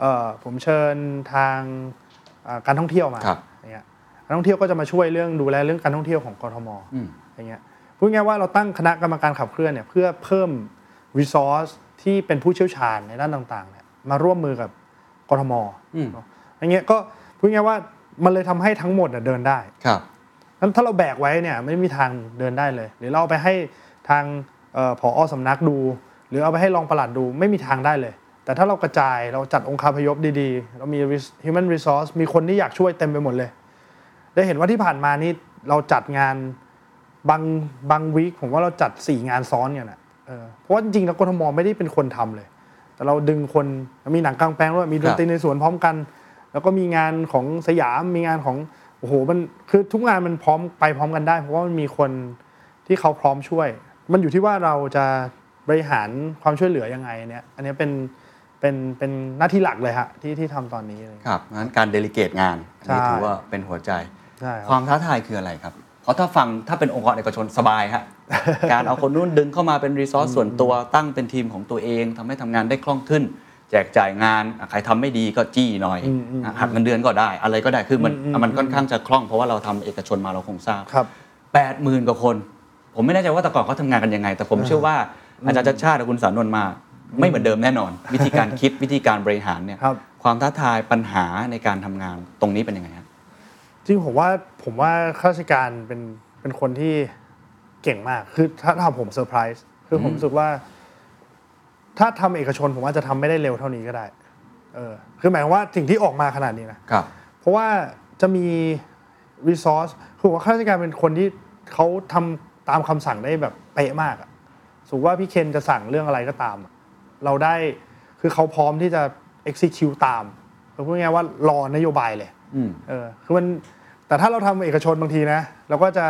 เอ่อผมเชิญทางอ่าการท่องเที่ยวมา
ครับ
อย่างเงี้ยการท่องเที่ยวก็จะมาช่วยเรื่องดูแลเรื่องการท่องเที่ยวของกทม
อืม
อย่างเงี้ยพูดง่ายๆว่าเราตั้งคณะกรรมการขับเคลื่อนเนี่ยเพื่อเพิ่ม resource ที่เป็นผู้เชี่ยวชาญในด้านต่างๆเนี่ยมาร่วมมือกับกทม
อืม
เนอะอย่างเงี้ยก็พูดง่ายๆว่ามันเลยทำให้ทั้งหมดน่ะเดินได้
ครับ
นั้นถ้าเราแบกไว้เนี่ยไม่มีทางเดินได้เลย หรือเราเอาไปให้ทางเอ่อผอสำนักดู หรือเอาไปให้รองปลัดดูไม่มีทางได้เลย แต่ถ้าเรากระจายเราจัดองค์คาพยพดีๆ เรามี res- human resource มีคนที่อยากช่วยเต็มไปหมดเลย ได้เห็นว่าที่ผ่านมานี่เราจัดงาน บางบางวีคผมว่าเราจัดสี่งานซ้อนกันอ่ะเออเพราะว่าจริงๆแล้วกทมไม่ได้เป็นคนทำเลย แต่เราดึงคนมีหนังกลางแปลงด้วยมีดนตรีในสวนพร้อมกัน แล้วก็มีงานของสยามมีงานของโอ้โหมันคือทุกงานมันพร้อมไปพร้อมกันได้ เพราะว่ามันมีคนที่เขาพร้อมช่วย มันอยู่ที่ว่าเราจะบริหารความช่วยเหลือยังไงเนี่ยอันเนี้ยเป็นเป็นเป็นหน้าที่หลักเลยฮะที่ที่ทำตอนนี้เลย
ครับงั้นการเดลิเกตงานอันนี่
ใช่
ถือว่าเป็นหัวใจ
ใช่ครับ
ความท้าทายคืออะไรครับ เพราะถ้าฟังถ้าเป็นองค์กรเอกชนสบาย ฮะ การเอาคนนู้นดึงเข้ามาเป็นรีซอสส่วนตัวตั้งเป็นทีมของตัวเองทำให้ทำงานได้คล่องขึ้น แจกจ่ายงานอ่ะใครทำไม่ดีก็จี้หน่อย
อืมอืม
อ่ะหักเงินเดือนก็ได้ อะไรก็ได้คือมัน
อืมอืม
อ่ะมันค่อนข้างจะคล่องเพราะว่าเราทำเอกชนมาเราคงทราบ
ครับ
แปดหมื่นกว่าคน ผมไม่แน่ใจว่าแต่ก่อนเขาทำงานกันยังไง แต่ผมเชื่อว่าอาจารย์ชัดชาติและคุณสานนท์มา ไม่เหมือนเดิมแน่ นอน วิธีการคิดวิธีการบริหารเนี่ย
ครับ
ความท้าทายปัญหาในการทำงานตรงนี้เป็นยังไงครับ
จริงผมว่าผมว่าข้าราชการเป็นเป็นคนที่เก่งมาก คือถ้าทำผมเซอร์ไพรส์คือผมรู้สึกว่า ถ้าทำเอกชนผมอาจจะทำไม่ได้เร็วเท่านี้ก็ได้ เออ คือหมายความว่าสิ่งที่ออกมาขนาดนี้นะ
ครับ
เพราะว่าจะมี resource คือผมว่าข้าราชการเป็นคนที่เขาทำตามคำสั่งได้แบบเป๊ะมากอะสมมติว่าพี่เคนจะสั่งเรื่องอะไรก็ตามอะเราได้คือเขาพร้อมที่จะ execute ตามคือพูดง่ายๆว่ารอนโยบายเลย
อืม
เออคือมันแต่ถ้าเราทำเอกชนบางทีนะเราก็จะ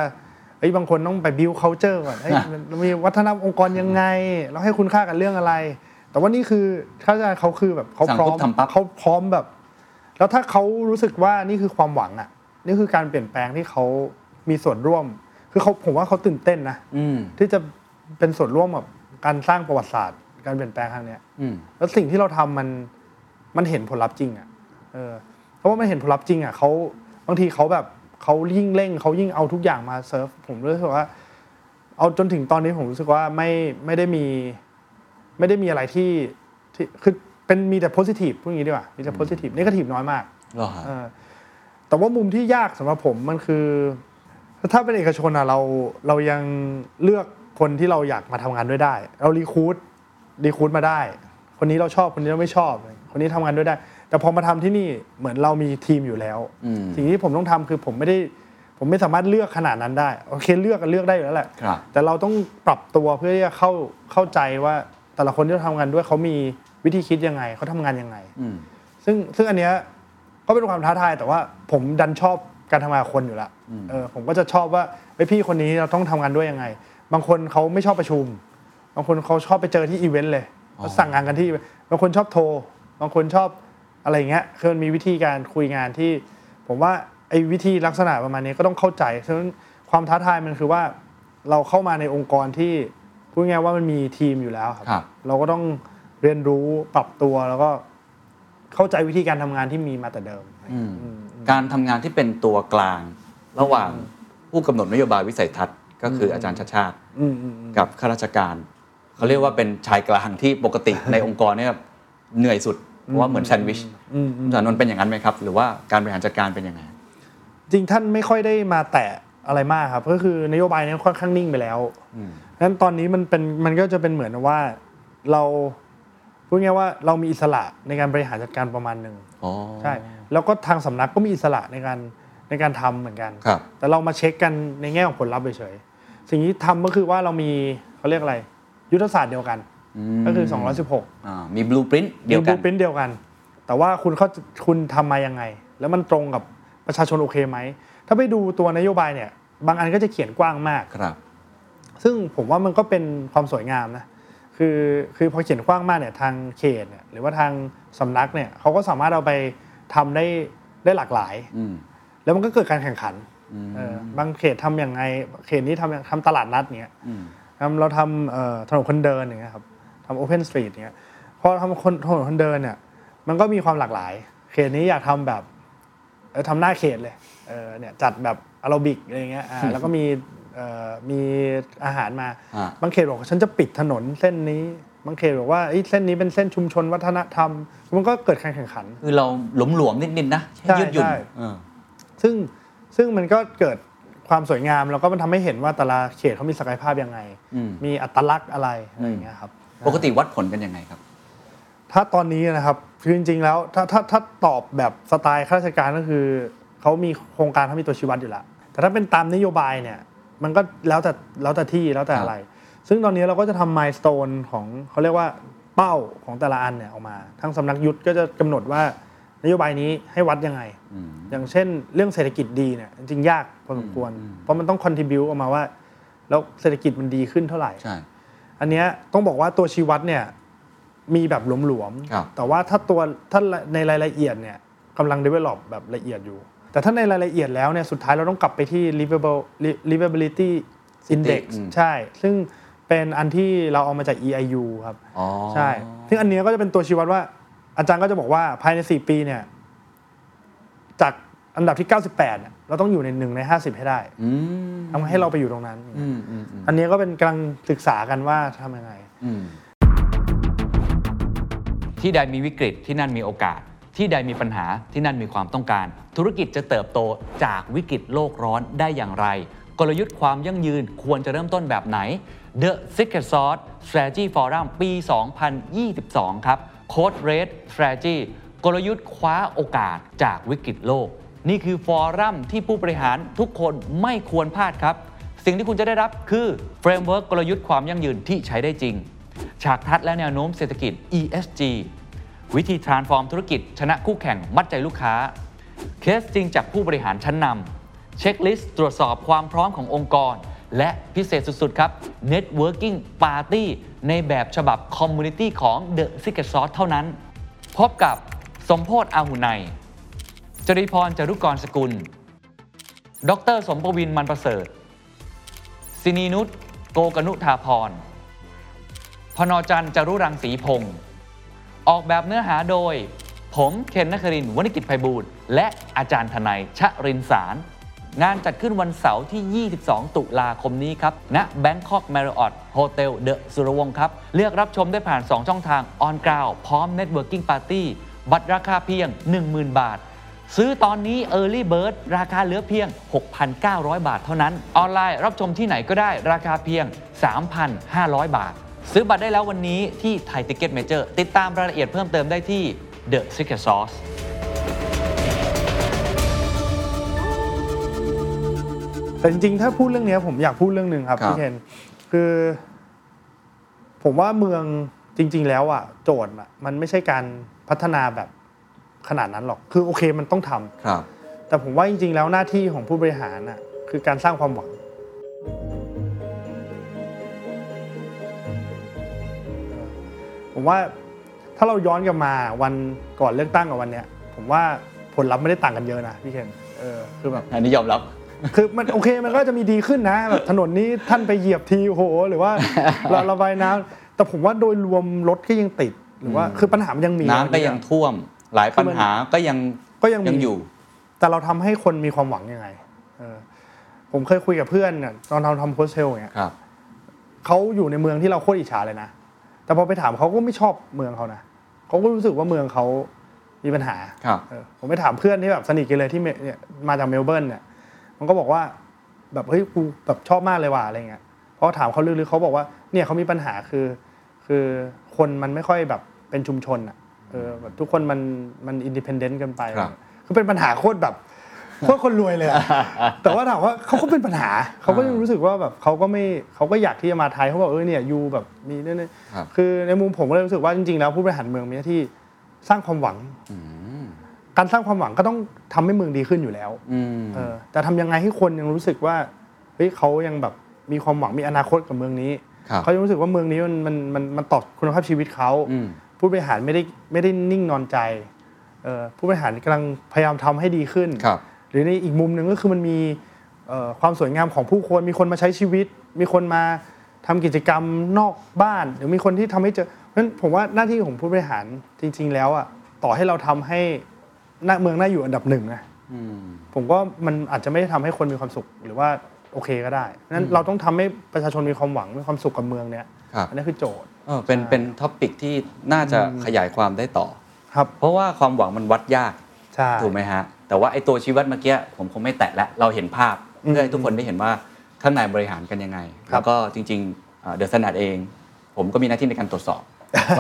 ไอ้ยบางคนต้องไป build culture ก่อนเอ้ยมันมันมีวัฒนธรรมองค์กรยังไง เราให้คุณค่ากันเรื่องอะไร แต่ว่านี่คือข้าราชการเขาคือแบบเขา
สั่ง
พร้อ
ปุ๊
ม
บทำปั๊บ
เขาพร้อมแบบ แล้วถ้าเขารู้สึกว่านี่คือความหวังอ่ะ นี่คือการเปลี่ยนแปลงที่เขามีส่วนร่วม คือเขาผมว่าเขาตื่นเต้นนะ
อืม
ที่จะเป็นส่วนร่วมกับการสร้างประวัติศาสตร์ การเปลี่ยนแปลงครั้งเนี้ย
อืม
แล้วสิ่งที่เราทำมันมันเห็นผลลัพธ์จริงอ่ะ เออ เพราะว่ามันเห็นผลลัพธ์จริงอ่ะเขาบางทีเขาแบบเขายิ่งเร่งเขายิ่งเอาทุกอย่างมาเซิร์ฟผมรู้สึกว่า เอาจนถึงตอนนี้ผมรู้สึกว่าไม่ไม่ได้มี ไม่ได้มีอะไรที่ที่คือเป็นมีแต่ positive พูดอย่างนี้ดีกว่ามีแต่ positive negative น้อยมาก
เหรอฮะ
เออแต่ว่ามุมที่ยากสำหรับผมมันคือ ถ้าเป็นเอกชนอ่ะเราเรายังเลือกคนที่เราอยากมาทำงานด้วยได้ เรารีคูดรีคูดมาได้ คนนี้เราชอบคนนี้เราไม่ชอบ คนนี้ทำงานด้วยได้ แต่พอมาทำที่นี่เหมือนเรามีทีมอยู่แล้ว
อืม
สิ่งที่ผมต้องทำคือผมไม่ได้ผมไม่สามารถเลือกขนาดนั้นได้โอเคเลือกก็เลือกได้อยู่แล้วแหละ
ครับ
แต่เราต้องปรับตัวเพื่อที่จะเข้าเข้าใจว่าแต่ละคนที่เราทำงานด้วยเขามีวิธีคิดยังไงเขาทำงานยังไง
อืม
ซึ่งซึ่งอันเนี้ยก็เป็นความท้าทายแต่ว่าผมดันชอบการทำงานกับคนอยู่และเออผมก็จะชอบว่าไอยพี่คนนี้เราต้องทำงานด้วยยังไง บางคนเขาไม่ชอบประชุม บางคนเขาชอบไปเจอที่อีเวนต์เลยเขาสั่งงานกันที่ บางคนชอบโทร บางคนชอบอะไรอย่างเงี้ยคือมันมีวิธีการคุยงานที่ ผมว่าไอ้วิธีลักษณะประมาณนี้ก็ต้องเข้าใจฉะนั้นความท้าทายมันคือว่าเราเข้ามาในองค์กรที่พูดง่ายๆว่ามันมีทีมอยู่แล้วครับ
ครับ
เราก็ต้องเรียนรู้ปรับตัวแล้วก็ เข้าใจวิธีการทำงานที่มีมาแต่เดิม
อืมการทำงานที่เป็นตัวกลาง ระหว่างผู้กำหนดนโยบายวิสัยทัศน์ ก็คืออาจารย์ชาติชาติ
อืมอืมอืม
กับข้าราชการ เขาเรียกว่าเป็นชายกลางที่ปกติ ในองค์กรเนี่ยเหนื่อยสุดเพราะว่าเหมือนแซนด์วิชคุณสานนท์เป็นอย่างนั้นไหมครับ หรือว่าการบริหารจัดการเป็นยังไง
จริงท่านไม่ค่อยได้มาแตะอะไรมากครับ ก็คือนโยบายนี้ค่อนข้างนิ่งไปแล้วนั้นตอนนี้มันเป็นมันก็จะเป็นเหมือนว่าเราพูดง่ายๆว่าเรามีอิสระในการบริหารจัดการประมาณหนึ่ง
อ๋อ
ใช่แล้วก็ทางสำนักก็มีอิสระในการในการทำเหมือนกัน
ครับ
แต่เรามาเช็คกันในแง่ของผลลัพธ์เฉยๆสิ่งที่ทำก็คือว่าเรามีเขาเรียกอะไร ยุทธศาสตร์เดียวกัน
ม
ก็คือ 216
อ่ามีบลูปรินต์เดียวกัน
มี blueprint เดียวกัน แต่ว่าคุณเขาคุณทำมายังไง แล้วมันตรงกับประชาชนโอเคไหม ถ้าไปดูตัวนโยบายเนี่ย บางอันก็จะเขียนกว้างมาก
ครับ
ซึ่งผมว่ามันก็เป็นความสวยงามนะ คือคือพอเขียนกว้างมากเนี่ยทางเขตเนี่ยหรือว่าทางสำนักเนี่ยเขาก็สามารถเอาไปทำได้ได้หลากหลาย
อืม
แล้วมันก็เกิดการแข่งขัน
อืม
เออบางเขตทำอย่างไง เขตนี้ทำอย่างทำตลาดนัดเนี่ย
อืม
ทำเราทำเอ่อถนนคนเดินอย่างเงี้ยครับทำโอเพนสตรีทเงี้ยพอทำคนถนนคนเดินเนี่ยมันก็มีความหลากหลาย เขตนี้อยากทำแบบเออทำหน้าเขตเลยเออเนี่ยจัดแบบอโรบิกอะไรเงี้ย อ่า แล้วก็มีเอ่อมีอาหารมา
อ่า
บางเขตบอกว่าฉันจะปิดถนนเส้นนี้ บางเขตบอกว่าเอ้ยเส้นนี้เป็นเส้นชุมชนวัฒนธรรม มันก็เกิดการแข่งขัน
คือเราหลวมหลวมๆนิดๆนะใช้
ใช่
ยืดหยุ่น
ใช่
เออ
ซึ่งซึ่งมันก็เกิดความสวยงามแล้วก็มันทำให้เห็นว่าแต่ละเขตเขามีศักยภาพยังไง
อืม
มีอัตลักษณ์อะไรอะไรอย่างเงี้ยครับ
ปกติวัดผลกันยังไงครับ
ถ้าตอนนี้นะครับคือจริงๆ แล้วถ้าถ้าถ้าตอบแบบสไตล์ข้าราชการก็คือเขามีโครงการเขามีตัวชี้วัดอยู่แล้วแต่ถ้าเป็นตามนโยบายเนี่ยมันก็แล้วแต่แล้วแต่ที่แล้วแต่อะไร ซึ่งตอนนี้เราก็จะทำมายสเตนของเขาเรียกว่าเป้าของแต่ละอันเนี่ยออกมาทางสำนักยุทธก็จะกำหนดว่านโยบายนี้ให้วัดยังไง
อืม
อย่างเช่นเรื่องเศรษฐกิจดีเนี่ยจริงๆยากพอสมควร
อืมอืม
เพราะมันต้องคอนทิบิวออกมาว่า แล้วเศรษฐกิจมันดีขึ้นเท่าไหร่
ใช่
อันเนี้ยต้องบอกว่าตัวชี้วัดเนี่ยมีแบบหลวม
ครับ
ๆ แต่ว่าถ้าตัวถ้าในรายละเอียดเนี่ยกำลัง develop แบบละเอียดอยู่ แต่ถ้าในรายละเอียดแล้วเนี่ยสุดท้ายเราต้องกลับไปที่ livable li- livability index
อืม
ใช่ ซึ่งเป็นอันที่เราเอามาจาก EIU ครับ
อ๋อ
ใช่ ซึ่งอันเนี้ยก็จะเป็นตัวชี้วัดว่า อาจารย์ก็จะบอกว่าภายใน 4 ปีเนี่ยจากอันดับที่ 98เนี่ยเราต้องอยู่ในหนึ่งใน 50 ให้ได้
อืม
ทำให้เราไปอยู่ตรงนั้น
อืมอืมอืม
อันเนี้ยก็เป็นกำลังศึกษากันว่าทำยังไง
อืม
ที่ใดมีวิกฤตที่นั่นมีโอกาส ที่ใดมีปัญหาที่นั่นมีความต้องการ ธุรกิจจะเติบโตจากวิกฤตโลกร้อนได้อย่างไร กลยุทธ์ความยั่งยืนควรจะเริ่มต้นแบบไหน The Secret Sauce Strategy Forum ปี 2022 ครับ Code Red Strategy กลยุทธ์คว้าโอกาสจากวิกฤตโลก นี่คือฟอรัมที่ผู้บริหารทุกคนไม่ควรพลาดครับ สิ่งที่คุณจะได้รับคือเฟรมเวิร์กกลยุทธ์ความยั่งยืนที่ใช้ได้จริง ฉากทัศน์และแนวโน้มเศรษฐกิจ ESG วิธี transform ธุรกิจ ชนะคู่แข่งมัดใจลูกค้า เคสจริงจากผู้บริหารชั้นนำ เช็คลิสต์ตรวจสอบความพร้อมขององค์กร และพิเศษสุด ๆ ครับ Networking Party ในแบบฉบับ Community ของ The Secret Sauce เท่านั้น พบกับสมโพศอาหุไนยจริพรจารุกรสกุล ดร สมประวินมันประเสริฐ สินีนุชโกกนุธาพร พนจันทร์จารุรังสีพงศ์ออกแบบเนื้อหาโดย ผมเคนนักครินทร์วณิกิจไพบูลย์และอาจารย์ทนายชรินสาร งานจัดขึ้นวันเสาร์ที่ 22 ตุลาคมนี้ครับ ณ Bangkok Marriott Hotel The สุรวงศ์ครับ เลือกรับชมได้ผ่าน 2 ช่องทาง On Ground พร้อม Networking Party บัตรราคาเพียง 10,000 บาท ซื้อตอนนี้ Early Bird ราคาเหลือเพียง 6,900 บาทเท่านั้น ออนไลน์รับชมที่ไหนก็ได้ราคาเพียง 3,500 บาท ซื้อบัตรได้แล้ววันนี้ที่ไทยติเก็ตเมเจอร์ติดตามรายละเอียดเพิ่มเติมได้ที่ The Secret Sauce
แต่จริงๆ ถ้าพูดเรื่องเนี้ยผมอยากพูดเรื่องหนึ่งครับ
ครับ
พี่เคนคือ ผมว่าเมืองจริง ๆ แล้วอ่ะโจทย์อะมันไม่ใช่การพัฒนาแบบขนาดนั้นหรอกคือโอเคมันต้องทำ
ครับ
แต่ผมว่าจริง ๆ แล้วหน้าที่ของผู้บริหารอ่ะคือการสร้างความหวังผมว่าถ้าเราย้อนกลับมาวันก่อนเลือกตั้งกับวันเนี้ย ผมว่าผลลัพธ์ไม่ได้ต่างกันเยอะนะพี่เคนเออคือแบบ
อันนี้ยอมรับ
คือมันโอเคมันก็จะมีดีขึ้นนะแบบถนนนี้ท่านไปเหยียบทีโอ้โหหรือว่า เราระบายน้ำแต่ผมว่าโดยรวมรถก็ยังติดหรือว่า
อืม
คือปัญหามันยังมี
น้ำก็ยังท่วม หลายปัญหาก็ยัง
ก็ยังมี
ยังอยู่
แต่เราทำให้คนมีความหวังยังไงเออผมเคยคุยกับเพื่อนเนี่ยตอนเราทำโฮสเทลอย่างเงี้ย
ครับ
เขาอยู่ในเมืองที่เราโคตรอิจฉาเลยนะ แต่พอไปถามเขาก็ไม่ชอบเมืองเขานะเขาก็รู้สึกว่าเมืองเขามีปัญหา
ครับ
เออผมไปถามเพื่อนที่แบบสนิทกันเลยที่เมเนี่ยมาจากเมลเบิร์นเนี่ยมันก็บอกว่าแบบเฮ้ยกูแบบชอบมากเลยว่ะอะไรเงี้ยเพราะถามเขาลึกๆเขาบอกว่าเนี่ยเขามีปัญหาคือ คือคนมันไม่ค่อยแบบเป็นชุมชนอ่ะเออแบบทุกคนมันมันอินดิเพนเดนต์กันไป
ครับ
คือเป็นปัญหาโคตรแบบ โคตรคนรวยเลยอะ แต่ว่าถามว่าเขาก็เป็นปัญหา เขาก็ยังรู้สึกว่าแบบเขาก็ไม่เขาก็อยากที่จะมาไทยเขาบอกเออเนี่ยยูแบบมีเนี่ยเนี่ย
ครับ
คือในมุมผมก็เลยรู้สึกว่าจริงๆแล้วผู้บริหารเมืองมีหน้าที่สร้างความหวัง การสร้างความหวังก็ต้องทำให้เมืองดีขึ้นอยู่แล้ว
อืม
เออแต่ทำยังไงให้คนยังรู้สึกว่าเฮ้ยเขายังแบบมีความหวังมีอนาคตกับเมืองนี้
ครับ
เขายังรู้สึกว่าเมืองนี้มันมันมันมันตอบคุณภาพชีวิตเขา
อืม
ผู้บริหารไม่ได้ไม่ได้นิ่งนอนใจเออผู้บริหารกำลังพยายามทำให้ดีขึ้น
ครับ
หรือในอีกมุมหนึ่งก็คือมันมีเอ่อความสวยงามของผู้คนมีคนมาใช้ชีวิต มีคนมาทำกิจกรรมนอกบ้าน หรือมีคนที่ทำให้เจอเพราะฉะนั้นผมว่าหน้าที่ของผู้บริหารจริง ๆ แล้วอ่ะต่อให้เราทำให้หน้าเมืองน่าอยู่อันดับหนึ่งนะ
อืม
ผมว่ามันอาจจะไม่ได้ทำให้คนมีความสุขหรือว่าโอเคก็ได้เพราะฉะนั้นเราต้องทำให้ประชาชนมีความหวังมีความสุขกับเมืองเนี้ย
ครับ
อันนี้คือโจทย์
เออเป็น เป็นท็อปิกที่น่าจะขยายความได้ต่อ
ครับ
เพราะว่าความหวังมันวัดยาก
ใช่
ถูกไหมฮะ แต่ว่าไอ้ตัวชี้วัดเมื่อกี้ผมคงไม่แตะละเราเห็นภาพ เพื่อให้ทุกคนได้เห็นว่าข้างในบริหารกันยังไง แล้วก็จริงๆเดอะสแนดเอง ผมก็มีหน้าที่ในการตรวจสอบ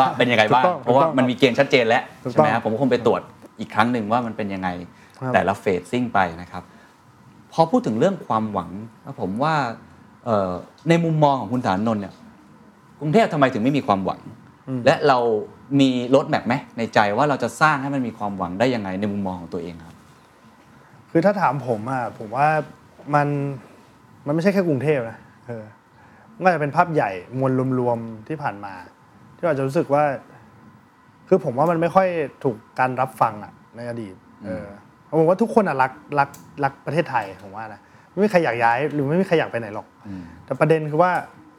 ว่าเป็นยังไงบ้าง
ถูกต้อง
เพราะว่ามันมีเกณฑ์ชัดเจนแล้ว
ถูกต้อง
ใช่ไหมครับผมก็คงไปตรวจอีกครั้งหนึ่งว่ามันเป็นยังไง
ครับ
แต่ละเฟสซิ่งไปนะครับ พอพูดถึงเรื่องความหวังผมว่าเอ่อในมุมมองของคุณฐานนนท์เนี่ย กรุงเทพทำไมถึงไม่มีความหวัง และเรามีรถแมพไหมในใจว่าเราจะสร้างให้มันมีความหวังได้ยังไงในมุมมองของตัวเองครับ
คือถ้าถามผมอ่ะผมว่ามันมันไม่ใช่แค่กรุงเทพนะเออมันก็จะเป็นภาพใหญ่มวลรวมๆที่ผ่านมา ที่อาจจะรู้สึกว่า คือผมว่ามันไม่ค่อยถูกการรับฟังอ่ะในอดีตเอออผมว่าทุกคนอ่ะรักรักรักประเทศไทยผมว่านะไม่มีใครอยากย้าย หรือไม่มีใครอยากไปไหนหรอก แต่ประเด็นคือว่า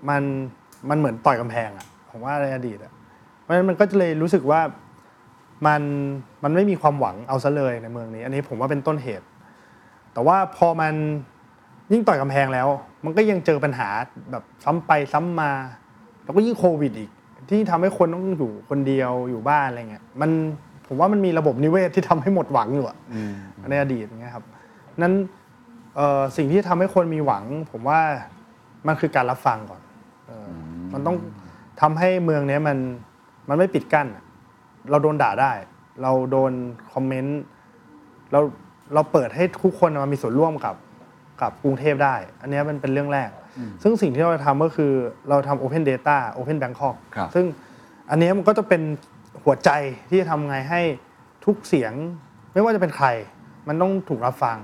มันมันเหมือนต่อยกำแพงอะผมว่าในอดีตอะเพราะฉะนั้นมันก็จะเลยรู้สึกว่ามันมันไม่มีความหวังเอาซะเลยในเมืองนี้ อันนี้ผมว่าเป็นต้นเหตุ แต่ว่าพอมันยิ่งต่อยกำแพงแล้ว มันก็ยังเจอปัญหาแบบซ้ำไปซ้ำมา แล้วก็ยิ่งโควิดอีก ที่ทำให้คนต้องอยู่คนเดียวอยู่บ้านอะไรเงี้ยมันผมว่ามันมีระบบนิเวศที่ทำให้หมดหวังอยู่อะในอดีตอย่างเงี้ยครับนั้นเอ่อสิ่งที่ทำให้คนมีหวัง ผมว่า มันคือการรับฟังก่อนเอออมันต้องทำให้เมืองเนี้ยมันมันไม่ปิดกั้นอะเราโดนด่าได้ เราโดนคอมเมนต์ เราเราเปิดให้ทุกคนมามีส่วนร่วมกับกับกรุงเทพได้ อันเนี้ยมันเป็นเรื่องแรก ซึ่งสิ่งที่เราจะทำก็คือเราทำ Open Data Open Bangkok
ครับ
ซึ่งอันเนี้ยมันก็จะเป็นหัวใจที่จะทำไงให้ทุกเสียง ไม่ว่าจะเป็นใคร มันต้องถูกรับฟัง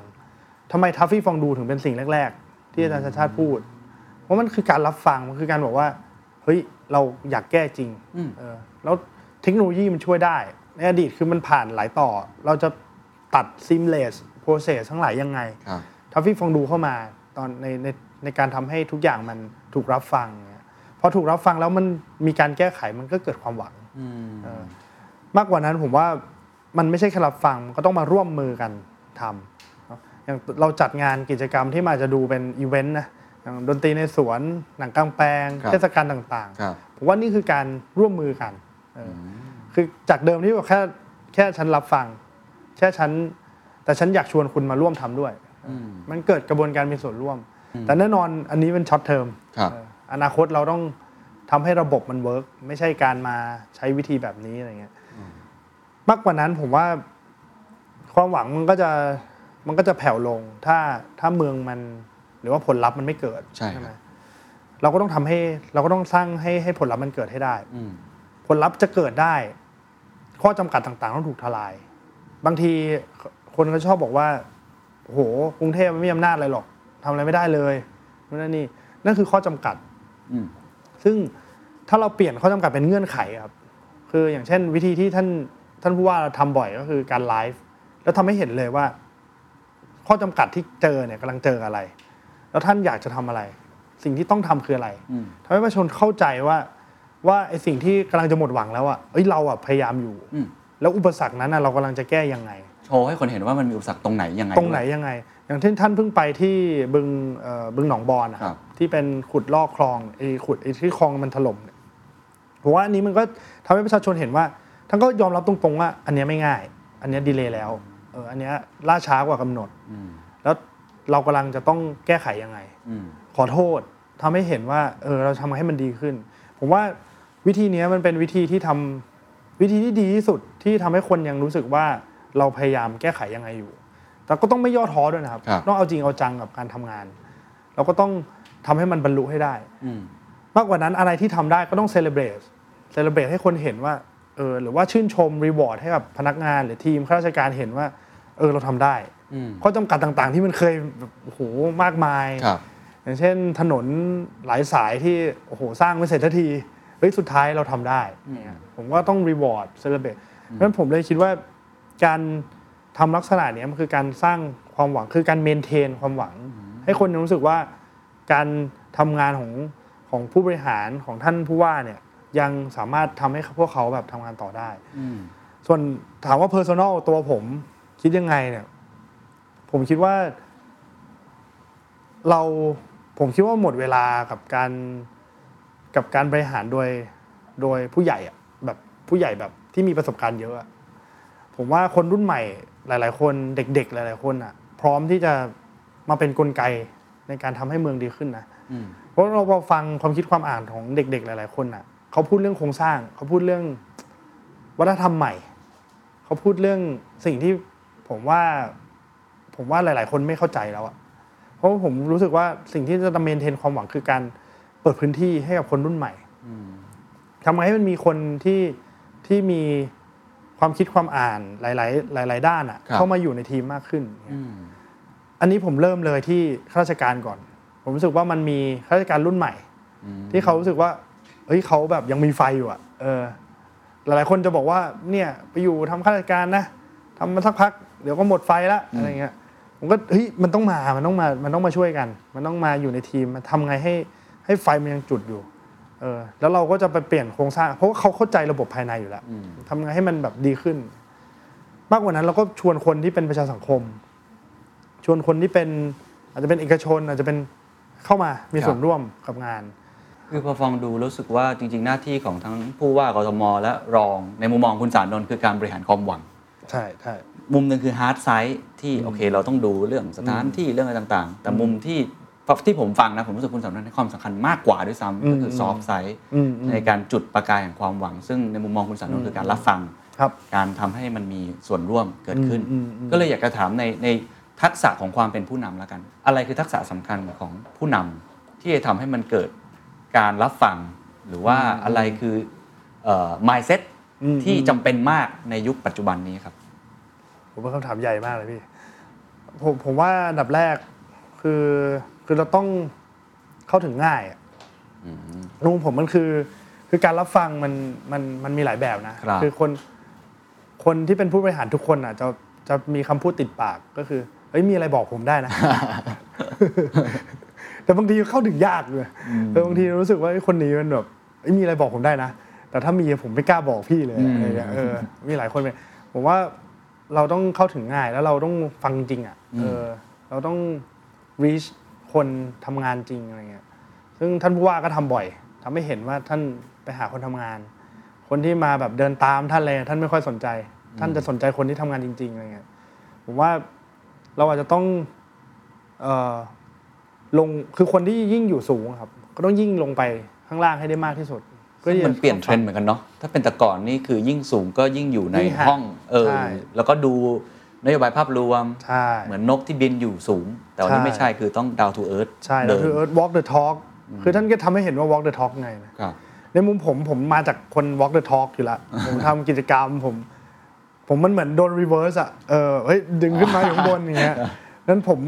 ทำไมทัฟฟี่ฟองดูถึงเป็นสิ่งแรก ๆ ที่อาจารย์ชาติชาติพูด เพราะมันคือการรับฟัง มันคือการบอกว่า เฮ้ย เราอยากแก้จริงเออแล้วเทคโนโลยีมันช่วยได้ ในอดีตคือมันผ่านหลายต่อ เราจะตัด seamless process ทั้งหลายยังไง
ครับ
ทัฟฟี่ฟองดูเข้ามาตอนในในในการทำให้ทุกอย่างมันถูกรับฟังเนี่ยพอถูกรับฟังแล้วมันมีการแก้ไขมันก็เกิดความหวังเออมากกว่านั้นผมว่ามันไม่ใช่แค่รับฟังก็ต้องมาร่วมมือกันทำเนอะอย่างเราจัดงานกิจกรรมที่มนอาจจะดูเป็นอีเวนต์นะอย่างดนตรีในสวน หนังกลางแปลง
ครับ
เทศกาลต่าง
ครับ
ๆผมว่านี่คือการร่วมมือกันเอออคือจากเดิมที่แบบแค่แค่ฉันรับฟัง แค่ฉันแต่ฉันอยากชวนคุณมาร่วมทำด้วย มันเกิดกระบวนการมีส่วนร่วม แต่แน่นอนอันนี้เป็นช็อตเทอม
ครับ
อนาคตเราต้องทำให้ระบบมันเวิร์กไม่ใช่การมาใช้วิธีแบบนี้อะไรเงี้ยมากกว่านั้นผมว่าความหวังมันก็จะมันก็จะแผ่วลง ถ้าถ้าเมืองมันหรือว่าผลลัพธ์มันไม่เกิด
ใช่ครับ
ไหมเราก็ต้องทำให้เราก็ต้องสร้างให้ให้ผลลัพธ์มันเกิดให้ได้
อืม
ผลลัพธ์จะเกิดได้ ข้อจำกัดต่างๆ ต้องถูกทลาย บางทีคนก็ชอบบอกว่าโอ้โหกรุงเทพมันไม่มีอำนาจอะไรหรอกทำอะไรไม่ได้เลยนู่นนั่นนี่นั่นคือข้อจำกัด
อืม
ซึ่งถ้าเราเปลี่ยนข้อจำกัดเป็นเงื่อนไขครับ คืออย่างเช่น วิธีที่ท่านท่านผู้ว่าทำบ่อยก็คือการไลฟ์แล้วทำให้เห็นเลยว่า ข้อจำกัดที่เจอเนี่ยกำลังเจออะไร แล้วท่านอยากจะทำอะไร สิ่งที่ต้องทำคืออะไรทำให้ประชาชนเข้าใจว่า ว่าไอ้สิ่งที่กำลังจะหมดหวังแล้วอ่ะเอ้ยเราอ่ะพยายามอยู่
อืม
แล้วอุปสรรคนั้นอ่ะเรากำลังจะแก้ยังไง
โชว์ให้คนเห็นว่ามันมีอุปสรรคตรงไหนยังไง
ตรงไหน
ด้วย
ยังไง อย่างเช่นท่านเพิ่งไปที่บึงเอ่อบึงหนองบอนนะค
ครั
รับบ ที่เป็นขุดลอกคลองไอ้ขุดไอ้ที่คลองมันถล่มเนี่ยผมว่าอันนี้มันก็ทำให้ประชาชนเห็นว่าท่านก็ยอมรับตรงๆว่า อันเนี้ยไม่ง่าย อันเนี้ยดีเลยแล้วเอออันเนี้ยล่าช้ากว่ากำหนดแล้วเรากำลังจะต้องแก้ไขยังไง
อืม
ขอโทษทำให้เห็นว่าเออเราทำให้มันดีขึ้น ผมว่าวิธีเนี้ยมันเป็นวิธีที่ทำวิธีที่ดีที่สุดที่ทำให้คนยังรู้สึกว่าเราพยายามแก้ไขยังไงอยู่ แต่ก็ต้องไม่ย่อท้อด้วยนะครับ
ครับ
ต้องเอาจริงเอาจังกับการทำงาน เราก็ต้องทำให้มันบรรลุให้ได้
อืม
มากกว่านั้นอะไรที่ทำได้ก็ต้องเซเลบรตเซเลบรตให้คนเห็นว่าเออหรือว่าชื่นชมรีวอร์ดให้กับพนักงานหรือทีมข้าราชการเห็นว่าเออเราทำได้
อืม
ข้อจำกัดต่างๆ ที่มันเคยแบบโอ้โหมากมาย
ครับ
อย่างเช่นถนนหลายสายที่โอ้โหสร้างไม่เสร็จทันทีเฮ้ยสุดท้ายเราทำได้เนี่ยผมก็ต้องรีวอร์ดเซเลบรตเพราะฉะนั้นผมเลยคิดว่าการทำลักษณะเนี้ยมันคือการสร้างความหวังคือการเมนเทนความหวัง ให้คนรู้สึกว่าการทำงานของของผู้บริหารของท่านผู้ว่าเนี่ยยังสามารถทำให้พวกเขาแบบทำงานต่อได้
อืม
ส่วนถามว่าเพอร์ซ a น l ลตัวผมคิดยังไงเนี่ย ผมคิดว่า เราผมคิดว่าหมดเวลากับการกับการบริหารโดยโดยผู้ใหญ่อะแบบผู้ใหญ่แบบที่มีประสบการณ์เยอะอะผมว่าคนรุ่นใหม่หลาย ๆ คนเด็ก ๆ หลาย ๆ คนอะพร้อมที่จะมาเป็นกลไกในการทำให้เมืองดีขึ้นนะ
อืม
เพราะเราพอฟังความคิดความอ่านของเด็ก ๆ หลาย ๆ คนอ่ะเขาพูดเรื่องโครงสร้าง เขาพูดเรื่องวัฒนธรรมใหม่ เขาพูดเรื่องสิ่งที่ผมว่า ผมว่าหลาย ๆ คนไม่เข้าใจแล้วอ่ะเพราะผมรู้สึกว่าสิ่งที่จะเมนเทนความหวังคือการเปิดพื้นที่ให้กับคนรุ่นใหม่ทำไงให้มันมีคนที่ที่มีความคิดความอ่านหลาย ๆ หลาย ๆ ด้านอ่ะ
ครับ
เข้ามาอยู่ในทีมมากขึ้นเนี่ย
อืม
อันนี้ผมเริ่มเลยที่ข้าราชการก่อน ผมรู้สึกว่ามันมีข้าราชการรุ่นใหม่ ที่เขารู้สึกว่าเฮ้ยเขาแบบยังมีไฟอยู่อ่ะเออ หลายๆคนจะบอกว่าเนี่ยไปอยู่ทำข้าราชการนะทำมาสักพักเดี๋ยวก็หมดไฟละอะไรเงี้ยผมก็เฮ้ยมันต้องมามันต้องมามันต้องมาช่วยกัน มันต้องมาอยู่ในทีมมันทำไงให้ให้ไฟมันยังจุดอยู่เออแล้วเราก็จะไปเปลี่ยนโครงสร้าง เพราะว่าเขาเข้าใจระบบภายในอยู่แล้วทำไงให้มันแบบดีขึ้น มากกว่านั้นเราก็ชวนคนที่เป็นประชาสังคม ชวนคนที่เป็นอาจจะเป็นเอกชน อาจจะเป็นเข้ามามีส่วน
ครับ
ร่วมกับงาน
คือพอฟังดูรู้สึกว่าจริง ๆ หน้าที่ของทั้งผู้ว่ากทม และรองในมุมมองคุณสารนนท์คือการบริหารความหวัง
ใช่ใช่
มุมหนึ่งคือฮาร์ดไซส์ที่โอเค เราต้องดูเรื่องสถานที่เรื่องอะไรต่างๆ แต่มุมที่ที่ผมฟังนะผมรู้สึกคุณสำนักให้ความสำคัญมากกว่าด้วยซ้ำก็คือซอฟต์ไซส์
อืมอืม
ในการจุดประกายแห่งความหวัง ซึ่งในมุมมองคุณสารนนท์คือการรับฟัง
ครับ
การทำให้มันมีส่วนร่วมเกิดขึ้น
อืมอืมอืม
ก็เลยอยากจะถามในในทักษะของความเป็นผู้นำละกัน อะไรคือทักษะสำคัญของผู้นำที่จะทำให้มันเกิดการรับฟัง หรือว่าอะไรคือเอ่อ mindset ที่จำเป็นมากในยุคปัจจุบันนี้ครับ
ผมว่าคำถามใหญ่มากเลยพี่ ผมผมว่าอันดับแรกคือคือเราต้องเข้าถึงง่ายอะลุงผมมันคือ คือการรับฟังมันมันมันมีหลายแบบนะครับ อคนคนที่เป็นผู้บริหารทุกคนอ่ะจะจะมีคำพูดติดปากก็คือเอ้ยมีอะไรบอกผม ได้นะ แต่บางทีเข้าถึงยากเลยแต่บางทีรู้สึกว่าไอ้คนนี้มันแบบเอ้ยมีอะไรบอกผมได้นะ แต่ถ้ามีผมไม่กล้าบอกพี่เลยอะไรอย่างเงี้ยเออ มีหลายคนเลยผมว่า เราต้องเข้าถึงง่ายแล้วเราต้องฟังจริงอ่ะเออเราต้อง reach คนทำงานจริงอะไรเงี้ยซึ่งท่านผู้ว่าก็ทำบ่อยทำให้เห็นว่าท่านไปหาคนทำงาน คนที่มาแบบเดินตามท่านอะไรท่านไม่ค่อยสนใจ ท่านจะสนใจคนที่ทำงานจริงๆอะไรเงี้ยผมว่าเราอาจจะต้องเออลงคือคนที่ยิ่งอยู่สูงอะครับ ก็ต้องยิ่งลงไปข้างล่างให้ได้มากที่สุดพื่อที่จะ
มันเปลี่ยนเทรนด์เหมือนกันเนาะ ถ้าเป็นแต่ก่อนนี่คือยิ่งสูงก็ยิ่งอยู่ใน
ยิ่งห่าง
ห้อง เออ
ใช่
แล้วก็ดูนโยบายภาพรวม
ใช่
เหมือนนกที่บินอยู่สูง แต่วันนี้
ใช่
ไม่ใช่คือต้องดาวทูเอิร์ธ
ใช่แล้วคือ walk the talk คือท่านก็ทำให้เห็นว่า walk the talk ไงนะ
ครับ
ในมุมผมผมมาจากคน walk the talk อยู่แล้ว ผมทำกิจกรรมผม ผมมันเหมือนโดน reverse อ่ะเออเฮ้ยดึงขึ้นมาอยู่ข้างบนอย่างเงี้ยนั้นผม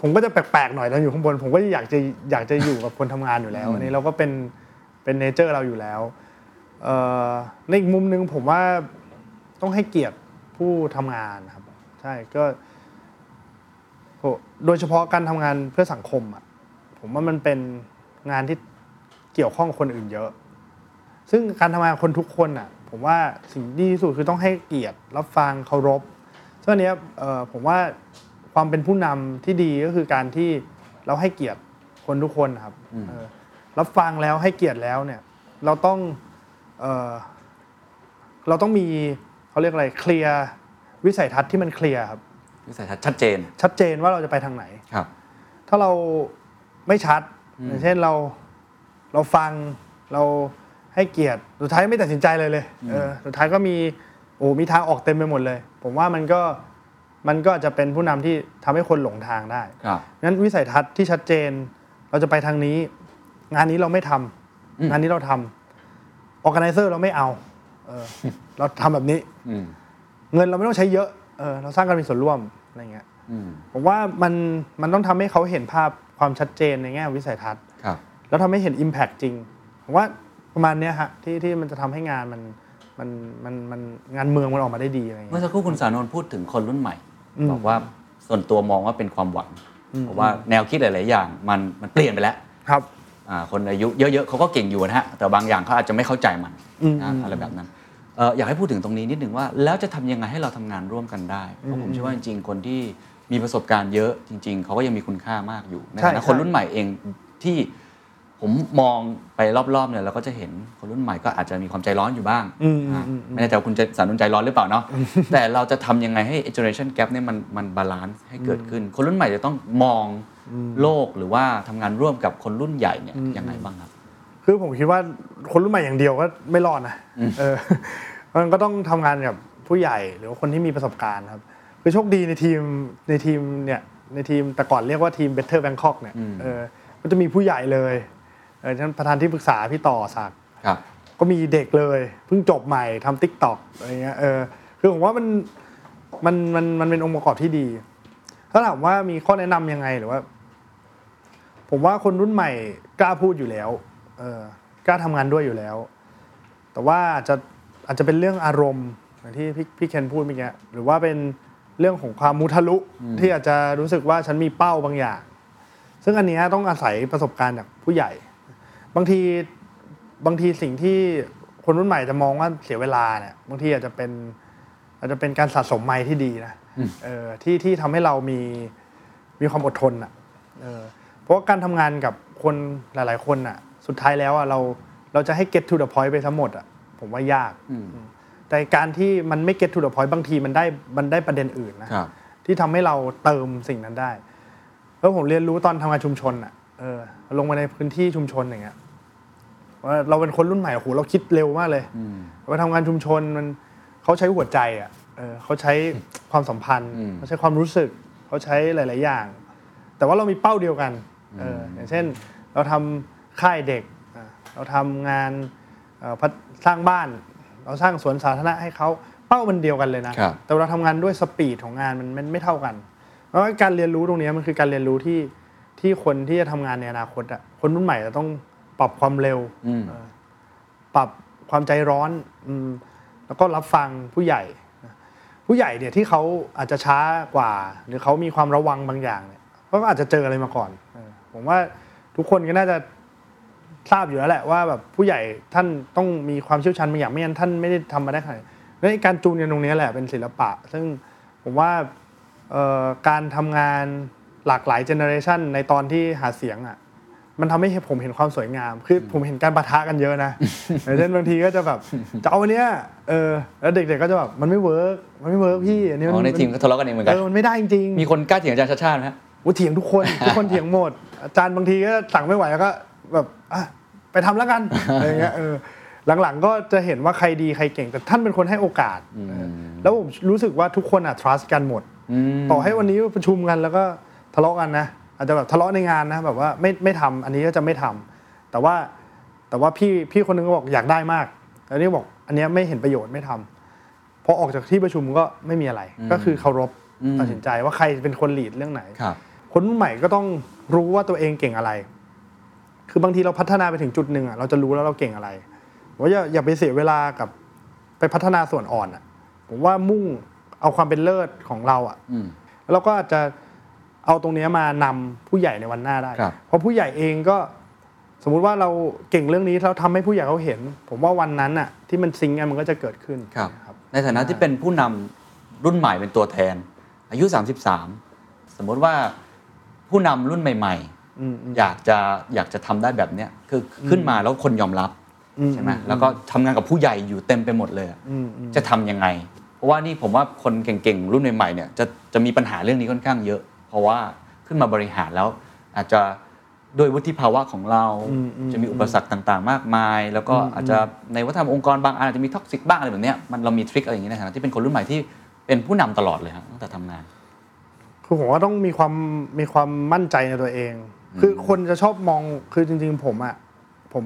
ผมก็จะแปลกๆหน่อยตอนอยู่ข้างบน ผมก็อยากจะอยากจะอยู่กับคนทำงานอยู่แล้วอันนี้เราก็เป็นเป็นเนเจอร์เราอยู่แล้วเอ่อในอีกมุมหนึงผมว่าต้องให้เกียรติผู้ทำงานครับ ใช่ก็โหโดยเฉพาะการทำงานเพื่อสังคมอ่ะผมว่ามันเป็นงานที่เกี่ยวข้องกับคนอื่นเยอะ ซึ่งการทำงานกับคนทุกคนอ่ะ ผมว่าสิ่งที่ดีที่สุดคือต้องให้เกียรติรับฟังเคารพซึ่งอันเนี้ยเอ่อผมว่าความเป็นผู้นำที่ดีก็คือการที่เราให้เกียรติคนทุกคนนะครับเออรับฟังแล้วให้เกียรติแล้วเนี่ย เราต้องเอ่อเราต้องมีเขาเรียกอะไรเคลียร์วิสัยทัศน์ที่มันเคลียร์ครับ
วิสัยทัศน์ชัดเจน
ชัดเจนว่าเราจะไปทางไหน
ครับ
ถ้าเราไม่ชัดอย่างเช่นเราเราฟังเราให้เกียรติสุดท้ายไม่ตัดสินใจเลยเลยเออสุดท้ายก็มีโอ้มีทางออกเต็มไปหมดเลย ผมว่ามันก็ มันก็อาจจะเป็นผู้นำที่ทำให้คนหลงทางได้
ครับ
งั้นวิสัยทัศน์ที่ชัดเจนเราจะไปทางนี้ งานนี้เราไม่ทำ
อืม
งานนี้เราทำออแกไนเซอร์เราไม่เอาเอ อ เราทำแบบนี้
อืม
เงินเราไม่ต้องใช้เยอะเออเราสร้างการมีส่วนร่วมอะไรเงี้ย
อืม
ผมว่ามันมันต้องทำให้เขาเห็นภาพความชัดเจนในแง่ของวิสัยทัศน์
ครับ
แล้วทำให้เห็น Impact จริง ผมว่าประมาณเนี้ยฮะที่ที่มันจะทำให้งานมันมันมันมันงานเมืองมันออกมาได้ดีอะไร
เมื่อ
เงี้ย
สักครู่คุณสานนท์พูดถึงคนรุ่นใหม่
อืม
บอกว่าส่วนตัวมองว่าเป็นความหวัง
อืม
เพราะว่าแนวคิดหลาย ๆ อย่างมันมันเปลี่ยนไปแล้ว
ครับ
อ่าคนอายุเยอะๆเขาก็เก่งอยู่นะฮะ แต่บางอย่างเขาอาจจะไม่เข้าใจมัน
อืม
นะ
อืม
อะไรแบบนั้นเอ่ออยากให้พูดถึงตรงนี้นิดหนึ่งว่าแล้วจะทำยังไงให้เราทำงานร่วมกันได้ เพราะผมเชื่อว่าจริงๆ คนที่มีประสบการณ์เยอะจริง ๆ เขาก็ยังมีคุณค่ามากอยู่ใน
ใช่
ฐานะคน
ใช่
รุ่นใหม่เองที่ผมมองไปรอบๆเนี่ยเราก็จะเห็นคนรุ่นใหม่ก็อาจจะมีความใจร้อนอยู่บ้าง
อืมอื
อ่าม
อืม
ไม่แน่ใจว่าคุณจะสานุนใจร้อนหรือเปล่าเนาะแต่เราจะทำยังไงให้ generation gap เนี่ยมันมันบาลานซ์ให้เกิดขึ้น คนรุ่นใหม่จะต้องมอง
อืม
โลกหรือว่าทำงานร่วมกับคนรุ่นใหญ่เนี่ย
อืม
ยังไงบ้างครับ
คือผมคิดว่าคนรุ่นใหม่อย่างเดียวก็ไม่รอดนะ
อืม
เออ มันก็ต้องทำงานกับผู้ใหญ่หรือว่าคนที่มีประสบการณ์ครับ คือโชคดีในทีมในทีมเนี่ยในทีมแต่ก่อนเรียกว่าทีม Better Bangkok เนี่ยเออมันจะมีผู้ใหญ่เลยเออท่านประธานที่ปรึกษาพี่ต่อศักดิ์
ครับ
ก็มีเด็กเลยเพิ่งจบใหม่ทำติ๊กต็อกอะไรเงี้ยเออคือผมว่ามันมันมันมันเป็นองค์ประกอบที่ดี ถ้าถามว่ามีข้อแนะนำยังไงหรือว่า ผมว่าคนรุ่นใหม่กล้าพูดอยู่แล้วเออกล้าทำงานด้วยอยู่แล้ว แต่ว่าอาจจะอาจจะเป็นเรื่องอารมณ์อย่างที่พี่พี่เคนพูดเมื่อกี้หรือว่าเป็นเรื่องของความมุทะลุที่อาจจะรู้สึกว่าฉันมีเป้าบางอย่าง ซึ่งอันเนี้ยต้องอาศัยประสบการณ์จากผู้ใหญ่ บางที บางทีสิ่งที่คนรุ่นใหม่จะมองว่าเสียเวลาเนี่ยบางทีอาจจะเป็นอาจจะเป็นการสะสมไมล์ที่ดีนะเออที่ที่ทำให้เรามีมีความอดทนอ่ะเออเพราะว่าการทำงานกับคนหลาย ๆ คนอ่ะ สุดท้ายแล้วอ่ะเราเราจะให้ get to the point ไปทั้งหมดอ่ะผมว่ายาก แต่การที่มันไม่ get to the point บางทีมันได้มันได้ประเด็นอื่นนะ
ครับ
ที่ทำให้เราเติมสิ่งนั้นได้แล้วผมเรียนรู้ตอนทำงานชุมชนอ่ะ เออ ลงไปในพื้นที่ชุมชนอย่างเงี้ยว่าเราเป็นคนรุ่นใหม่โอ้โหเราคิดเร็วมากเลยว่าทำงานชุมชนมันเขาใช้หัวใจอ่ะ เออเขาใช้ความสัมพันธ์
อืม
เขาใช้ความรู้สึกเขาใช้หลาย ๆ อย่าง แต่ว่าเรามีเป้าเดียวกัน เออออย่างเช่น เราทำค่ายเด็กอ่ะเราทำงานเอ่อพัฒสร้างบ้าน เราสร้างสวนสาธารณะให้เขาเป้ามันเดียวกันเลยนะ
ครับ
แต่เราทำงานด้วยสปีดของงานมันมันไม่เท่ากันเพราะฉะนั้นการเรียนรู้ตรงเนี้ยมันคือการเรียนรู้ที่ที่คนที่จะทำงานในอนาคตอ่ะคนรุ่นใหม่จะต้องปรับความเร็ว
อืม
ปรับความใจร้อนอมแล้วก็รับฟังผู้ใหญ่นะผู้ใหญ่เนี่ยที่เขาอาจจะช้ากว่า หรือเขามีความระวังบางอย่างเนี่ยเขาก็อาจจะเจออะไรมาก่อนเออผมว่าทุกคนก็น่าจะทราบอยู่แล้วแหละว่าแบบผู้ใหญ่ท่านต้องมีความเชี่ยวชาญบางอย่างไม่งั้นท่านไม่ได้ทำมาได้ขนาดนี้และการจูนกันตรงเนี้ยแหละเป็นศิลปะ ซึ่งผมว่าเอ่อการทำงานหลากหลายเจเนอเรชันในตอนที่หาเสียงอ่ะ มันทำให้ผมเห็นความสวยงาม คือผมเห็นการปะทะกันเยอะนะ อย่างเช่นบางทีก็จะแบบ จะเอาอันเนี้ย เออ แล้วเด็กๆก็จะแบบ มันไม่เวิร์กมันไม่เวิร์กพี่ อันนี้
อ๋อ
มั
ในทีมก็ทะเลาะกันเองเหมือนกั
เอน อ มันไม่ได้จริงๆ
มีคนกล้าเถียงอาจารย์ชาติชาติไหมฮะ
โอ้เถียงทุก คน ทุกคนเถียงหมด อาจารย์บางทีก็สั่งไม่ไหวแล้วก็แบบอ่ะไปทำ แล้วกัน อะไรเงี้ย เออ หลังๆก็จะเห็นว่าใครดีใครเก่ง แต่ท่านเป็นคนให้โอกาสเออแล้วผมรู้สึกว่าทุกคนอ่ะ trust กันหมด ต่อให้วันนี้ประชุมกันแล้วก็ทะเลาะกันนะอาจจะแบบทะเลาะในงานนะแบบว่าไม่ไม่ทำอันนี้ก็จะไม่ทำแต่ว่าแต่ว่าพี่พี่คนนึงก็บอกอยากได้มากแล้วนี่บอกอันเนี้ยไม่เห็นประโยชน์ไม่ทำพอออกจากที่ประชุมก็ไม่มีอะไร ก็คือเคารพ
อืม
ตัดสินใจว่าใครเป็นคนลีดเรื่องไหน
ครับ
คนรุ่นใหม่ก็ต้องรู้ว่าตัวเองเก่งอะไร คือบางทีเราพัฒนาไปถึงจุดหนึ่งอ่ะเราจะรู้แล้วเราเก่งอะไรผมว่าอย่าอย่าไปเสียเวลากับไปพัฒนาส่วนอ่อนอ่ะ ผมว่ามุ่งเอาความเป็นเลิศของเราอ่ะ
อืม
แล้วเราก็อาจจะเอาตรงเนี้ยมานำผู้ใหญ่ในวันหน้าได้
ครับ
เพราะผู้ใหญ่เองก็สมมุติว่าเราเก่งเรื่องนี้เราทำให้ผู้ใหญ่เขาเห็น ผมว่าวันนั้นอ่ะที่มันซิงก์กันมันก็จะเกิดขึ้น
ครับ
นะครับ
ในฐานะที่เป็นผู้นำรุ่นใหม่เป็นตัวแทน อายุ 33 สมมติว่าผู้นำรุ่นใหม่
อืมอืม
ๆ อยากจะอยากจะทำได้แบบเนี้ยคือขึ้นมาแล้วคนยอมรับ
อื
ใช่ไหมแล้วก็ทำงานกับผู้ใหญ่อยู่เต็มไปหมดเลยอะ
อืมอืม
จะทำยังไง เพราะว่านี่ผมว่าคนเก่งๆ รุ่นใหม่ๆ เนี่ยจะจะมีปัญหาเรื่องนี้ค่อนข้างเยอะ เพราะว่าขึ้นมาบริหารแล้วอาจจะด้วยวุฒิภาวะของเรา
อืมอืม
จะมีอุปสรรคต่างๆ มากมาย แล้วก็อาจจะในวัฒนธรรมองค์กรบางอันอาจจะมีท็อกซิกบ้างอะไรแบบเนี้ยมันเรามีทริคอะไรอย่างนี้ในฐานะที่เป็นคนรุ่นใหม่ที่ เป็นผู้นำตลอดเลยครับตั้งแต่ทำงาน
คือผมว่าต้องมีความมีความมั่นใจในตัวเอง คือคนจะชอบมองคือจริง ๆ ผมอ่ะผม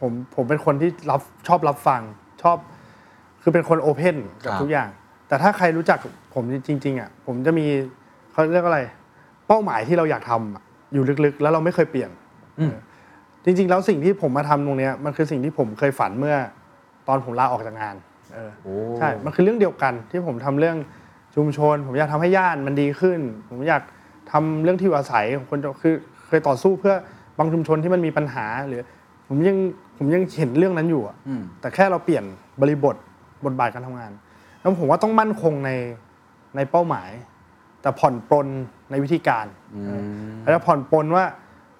ผมผมเป็นคนที่รับชอบรับฟังชอบ คือเป็นคนโอเพนกับ
ครับ
ทุกอย่าง แต่ถ้าใครรู้จักผมจริง ๆอ่ะผมจะมีเขาเรียกอะไร เป้าหมายที่เราอยากทำอะอยู่ลึกๆ แล้วเราไม่เคยเปลี่ยนเออจริง ๆ แล้วสิ่งที่ผมมาทำตรงเนี้ยมันคือสิ่งที่ผมเคยฝันเมื่อตอนผมลาออกจากงานเออ ใช่ มันคือเรื่องเดียวกันที่ผมทำเรื่องชุมชน ผมอยากทำให้ย่านมันดีขึ้น ผมอยากทำเรื่องที่อยู่อาศัยของคนคือเคยต่อสู้เพื่อบางชุมชนที่มันมีปัญหาหรือ ผมยังผมยังเห็นเรื่องนั้นอยู่อะ
อืม
แต่แค่เราเปลี่ยนบริบทบทบาทการทำงานแล้วผมว่าต้องมั่นคงในในเป้าหมาย แต่ผ่อนปลนในวิธีการแล้วจะผ่อนปลนว่า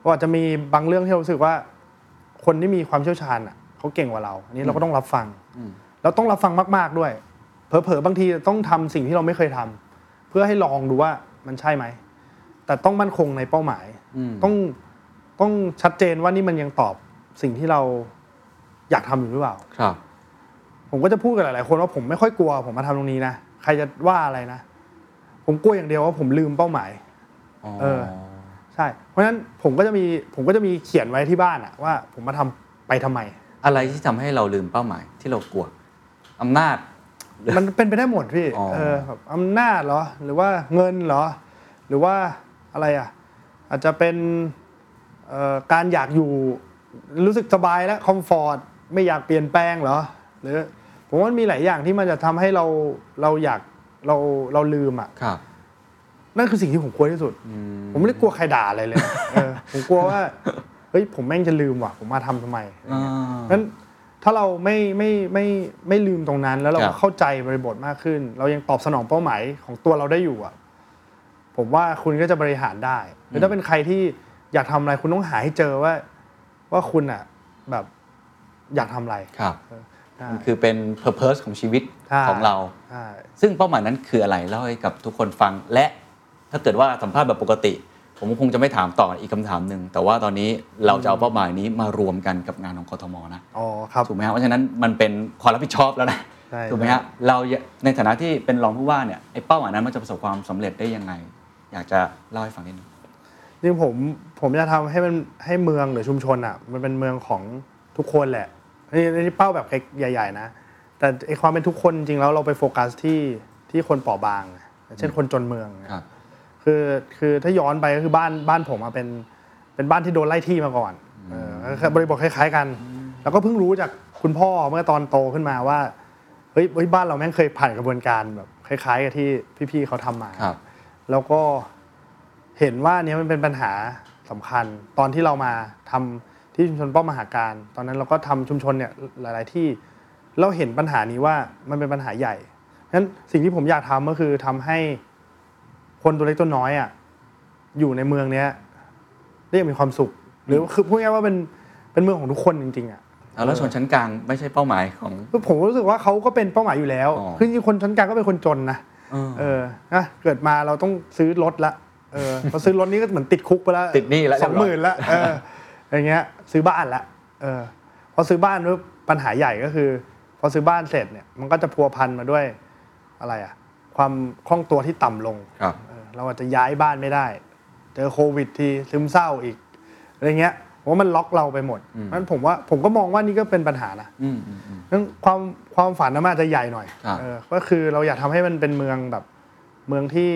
ว่าจะมีบางเรื่องที่เรารู้สึกว่า คนที่มีความเชี่ยวชาญอะเขาเก่งกว่าเราอันนี้เราก็ต้องรับฟัง แล้วต้องรับฟังมาก ๆ ด้วย เผลอ ๆ บางทีต้องทำสิ่งที่เราไม่เคยทำเพื่อให้ลองดูว่ามันใช่ไหม แต่ต้องมั่นคงในเป้าหมาย ต้องต้องชัดเจนว่านี่มันยังตอบสิ่งที่เราอยากทำอยู่หรือเปล่า
ครับ
ผมก็จะพูดกับหลาย ๆ คนว่าผมไม่ค่อยกลัว ผมมาทำตรงนี้นะ ใครจะว่าอะไรนะ ผมกลัวอย่างเดียวว่าผมลืมเป้าหมาย เออ ใช่ เพราะฉะนั้นผมก็จะมีผมก็จะมีเขียนไว้ที่บ้านอะว่า ผมมาทำไปทำไม
อะไรที่ทำให้เราลืมเป้าหมายที่เรากลัวอำนาจ
มันเป็นไปได้หมดพี่
อ๋อ
เออแบบอำนาจเหรอ หรือว่าเงินเหรอ หรือว่าอะไรอ่ะ อาจจะเป็นเอ่อการอยากอยู่รู้สึกสบายแล้วคอมฟอร์ตไม่อยากเปลี่ยนแปลงเหรอ หรือผมว่ามันมีหลายอย่างที่มันจะทำให้เราเราอยากเราเราลืมอ่ะ
ครับ
นั่นคือสิ่งที่ผมกลัวที่สุด ผมไม่ได้กลัวใครด่าอะไรเลยเออผมกลัวว่า เฮ้ยผมแม่งจะลืมว่ะ ผมมาทำทำไมอะไรเงี้ย นั้นถ้าเราไม่ไม่ไม่ไม่ลืมตรงนั้น แล้วเรา
ครับ
เข้าใจบริบทมากขึ้น เรายังตอบสนองเป้าหมายของตัวเราได้อยู่อ่ะผมว่าคุณก็จะบริหารได้หรือถ้าเป็นใครที่อยากทำอะไรคุณต้องหาให้เจอว่า ว่าคุณอ่ะแบบอยากทำอะไร
ครับ
ได้
มันคือเป็น purpose ของชีวิต
ใช่
ของเรา
ใช่
ซึ่งเป้าหมายนั้นคืออะไรเล่าให้กับทุกคนฟัง และถ้าเกิดว่าสัมภาษณ์แบบปกติ ผมคงจะไม่ถามต่ออีกคำถามหนึ่งแต่ว่าตอนนี้เราจะเอาเป้าหมายนี้มารวมกันกับงานของกทมนะ
อ๋อครับ
ถูกไหมฮะเพราะฉะนั้นมันเป็นความรับผิดชอบแล้วนะ
ใช่
ถูกไหมฮะเราในฐานะที่เป็นรองผู้ว่าเนี่ยไอ้เป้าหมายนั้นมันจะประสบความสำเร็จได้ยังไง อยากจะเล่าให้ฟังนิดนึง
จริงผมผมจะทำให้มันให้เมืองหรือชุมชนอ่ะ มันเป็นเมืองของทุกคนแหละนี่นี่เป้าแบบใหญ่ ๆ นะ แต่ไอความเป็นทุกคนจริงแล้วเราไปโฟกัสที่ที่คนเปราะบางอะเช่นคนจนเมืองอะ
ครับ
คือคือถ้าย้อนไปก็คือบ้านบ้านผมอะเป็นเป็นบ้านที่โดนไล่ที่มาก่อนเออก็บริบทคล้าย ๆ กัน แล้วก็เพิ่งรู้จากคุณพ่อเมื่อตอนโตขึ้นมาว่าเฮ้ยเฮ้ยบ้านเราแม่งเคยผ่านกระบวนการแบบคล้าย ๆ กับที่พี่ๆเขาทำมา แล้วก็เห็นว่าอันเนี้ยมันเป็นปัญหาสำคัญ ตอนที่เรามาทำที่ชุมชนป้อมมหาการ ตอนนั้นเราก็ทำชุมชนเนี่ยหลาย ๆ ที่เราเห็นปัญหานี้ว่ามันเป็นปัญหาใหญ่ฉะนั้นสิ่งที่ผมอยากทำก็คือทำให้คนตัวเล็กตัวน้อยอ่ะอยู่ในเมืองเนี้ยได้อย่างมีความสุข หรือคือพูดง่ายๆว่าเป็นเป็นเมืองของทุกคนจริง ๆ อ่ะ
เอาแล้วชนชั้นกลางไม่ใช่เป้าหมายของ
คือผมรู้สึกว่าเขาก็เป็นเป้าหมายอยู่แล้ว
อ๋อ
คือจริงๆคนชั้นกลางก็เป็นคนจนนะ เออ นะ เกิดมาเราต้องซื้อรถละ เออ พอซื้อรถนี่ก็เหมือนติดคุกไปละ
ติดหนี้ละเรี
ส
ย
อบ งห
ร้อย
มื่นละ เออ อย่างเงี้ย ซื้อบ้านละ เออ พอซื้อบ้านปุ๊บปัญหาใหญ่ก็คือ พอซื้อบ้านเสร็จเนี่ย มันก็จะพัวพันมาด้วยอะไรอะความคล่องตัวที่ต่ำลง
ครับ
เออเราอาจจะย้ายบ้านไม่ได้ เจอโควิดทีซึมเศร้าอีกอะไรเงี้ยผมว่ามันล็อกเราไปหมดเพราะฉะนั้นผมว่าผมก็มองว่านี่ก็เป็นปัญหานะเรื่องความความฝันน่ะมันอาจจะใหญ่หน่อย
ครับ
เออก็คือเราอยากทำให้มันเป็นเมืองแบบเมืองที่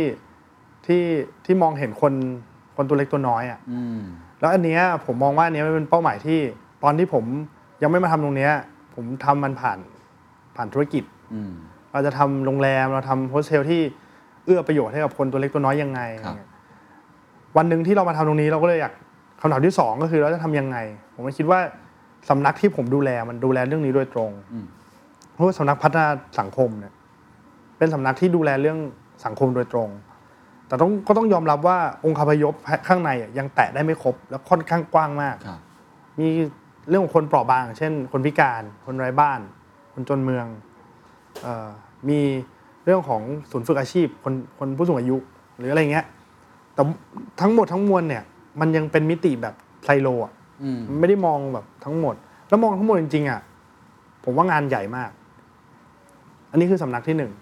ที่ที่มองเห็นคนคนตัวเล็กตัวน้อยอ่ะ
อืม
แล้วอันเนี้ยผมมองว่าอันเนี้ยมันเป็นเป้าหมายที่ ตอนที่ผมยังไม่มาทำตรงเนี้ย ผมทำมันผ่านผ่านธุรกิจ
อืม
เราจะทำโรงแรมเราทำโฮสเทลที่เอื้อประโยชน์ให้กับคนตัวเล็กตัวน้อยยังไง
ครับ
วันหนึ่งที่เรามาทำตรงนี้เราก็เลยอยากคำถามที่สองก็คือเราจะทำยังไง ผมก็คิดว่าสำนักที่ผมดูแลมันดูแลเรื่องนี้โดยตรงเพราะว่าสำนักพัฒนาสังคมเนี่ย เป็นสำนักที่ดูแลเรื่องสังคมโดยตรง แต่ต้องก็ต้องยอมรับว่าองค์คาพยพข้างในอะยังแตะได้ไม่ครบ และค่อนข้างกว้างมาก
ครับ
มีเรื่องของคนเปราะบาง เช่น คนพิการ คนไร้บ้าน คนจนเมืองเออมีเรื่องของศูนย์ฝึกอาชีพ คนคนผู้สูงอายุหรืออะไรเงี้ย แต่ทั้งหมดทั้งมวลเนี่ย มันยังเป็นมิติแบบไซโลอ่ะ
อืม
มันไม่ได้มองแบบทั้งหมด แล้วมองทั้งหมดจริงๆอ่ะผมว่างานใหญ่มาก อันนี้คือสำนักที่หนึ่ง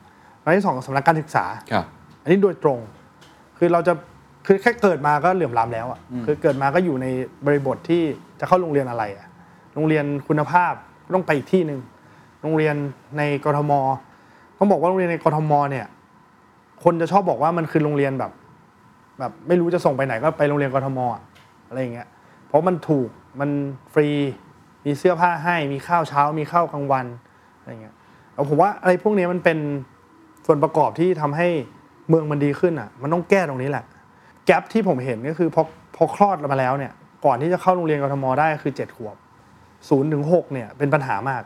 อันที่สองสำนักการศึกษา
ครับ
อันนี้โดยตรง คือเราจะ คือแค่เกิดมาก็เหลื่อมล้ำแล้วอ่ะ
อืม
คือเกิดมาก็อยู่ในบริบทที่จะเข้าโรงเรียนอะไรอ่ะ โรงเรียนคุณภาพก็ต้องไปอีกที่หนึ่ง โรงเรียนในกทม ต้องบอกว่าโรงเรียนในกทมเนี่ย คนจะชอบบอกว่ามันคือโรงเรียนแบบ แบบไม่รู้จะส่งไปไหนก็ไปโรงเรียนกทมอะอะไรอย่างเงี้ย เพราะมันถูก มันฟรี มีเสื้อผ้าให้ มีข้าวเช้า มีข้าวกลางวันอะไรอย่างเงี้ยเอาผมว่าอะไรพวกเนี้ยมันเป็น ส่วนประกอบที่ทำให้เมืองมันดีขึ้นอ่ะ มันต้องแก้ตรงนี้แหละ แกลบที่ผมเห็นก็คือพอพอคลอดมาแล้วเนี่ย ก่อนที่จะเข้าโรงเรียนกทมได้คือเจ็ดขวบศูนย์ถึงหกเนี่ยเป็นปัญหามาก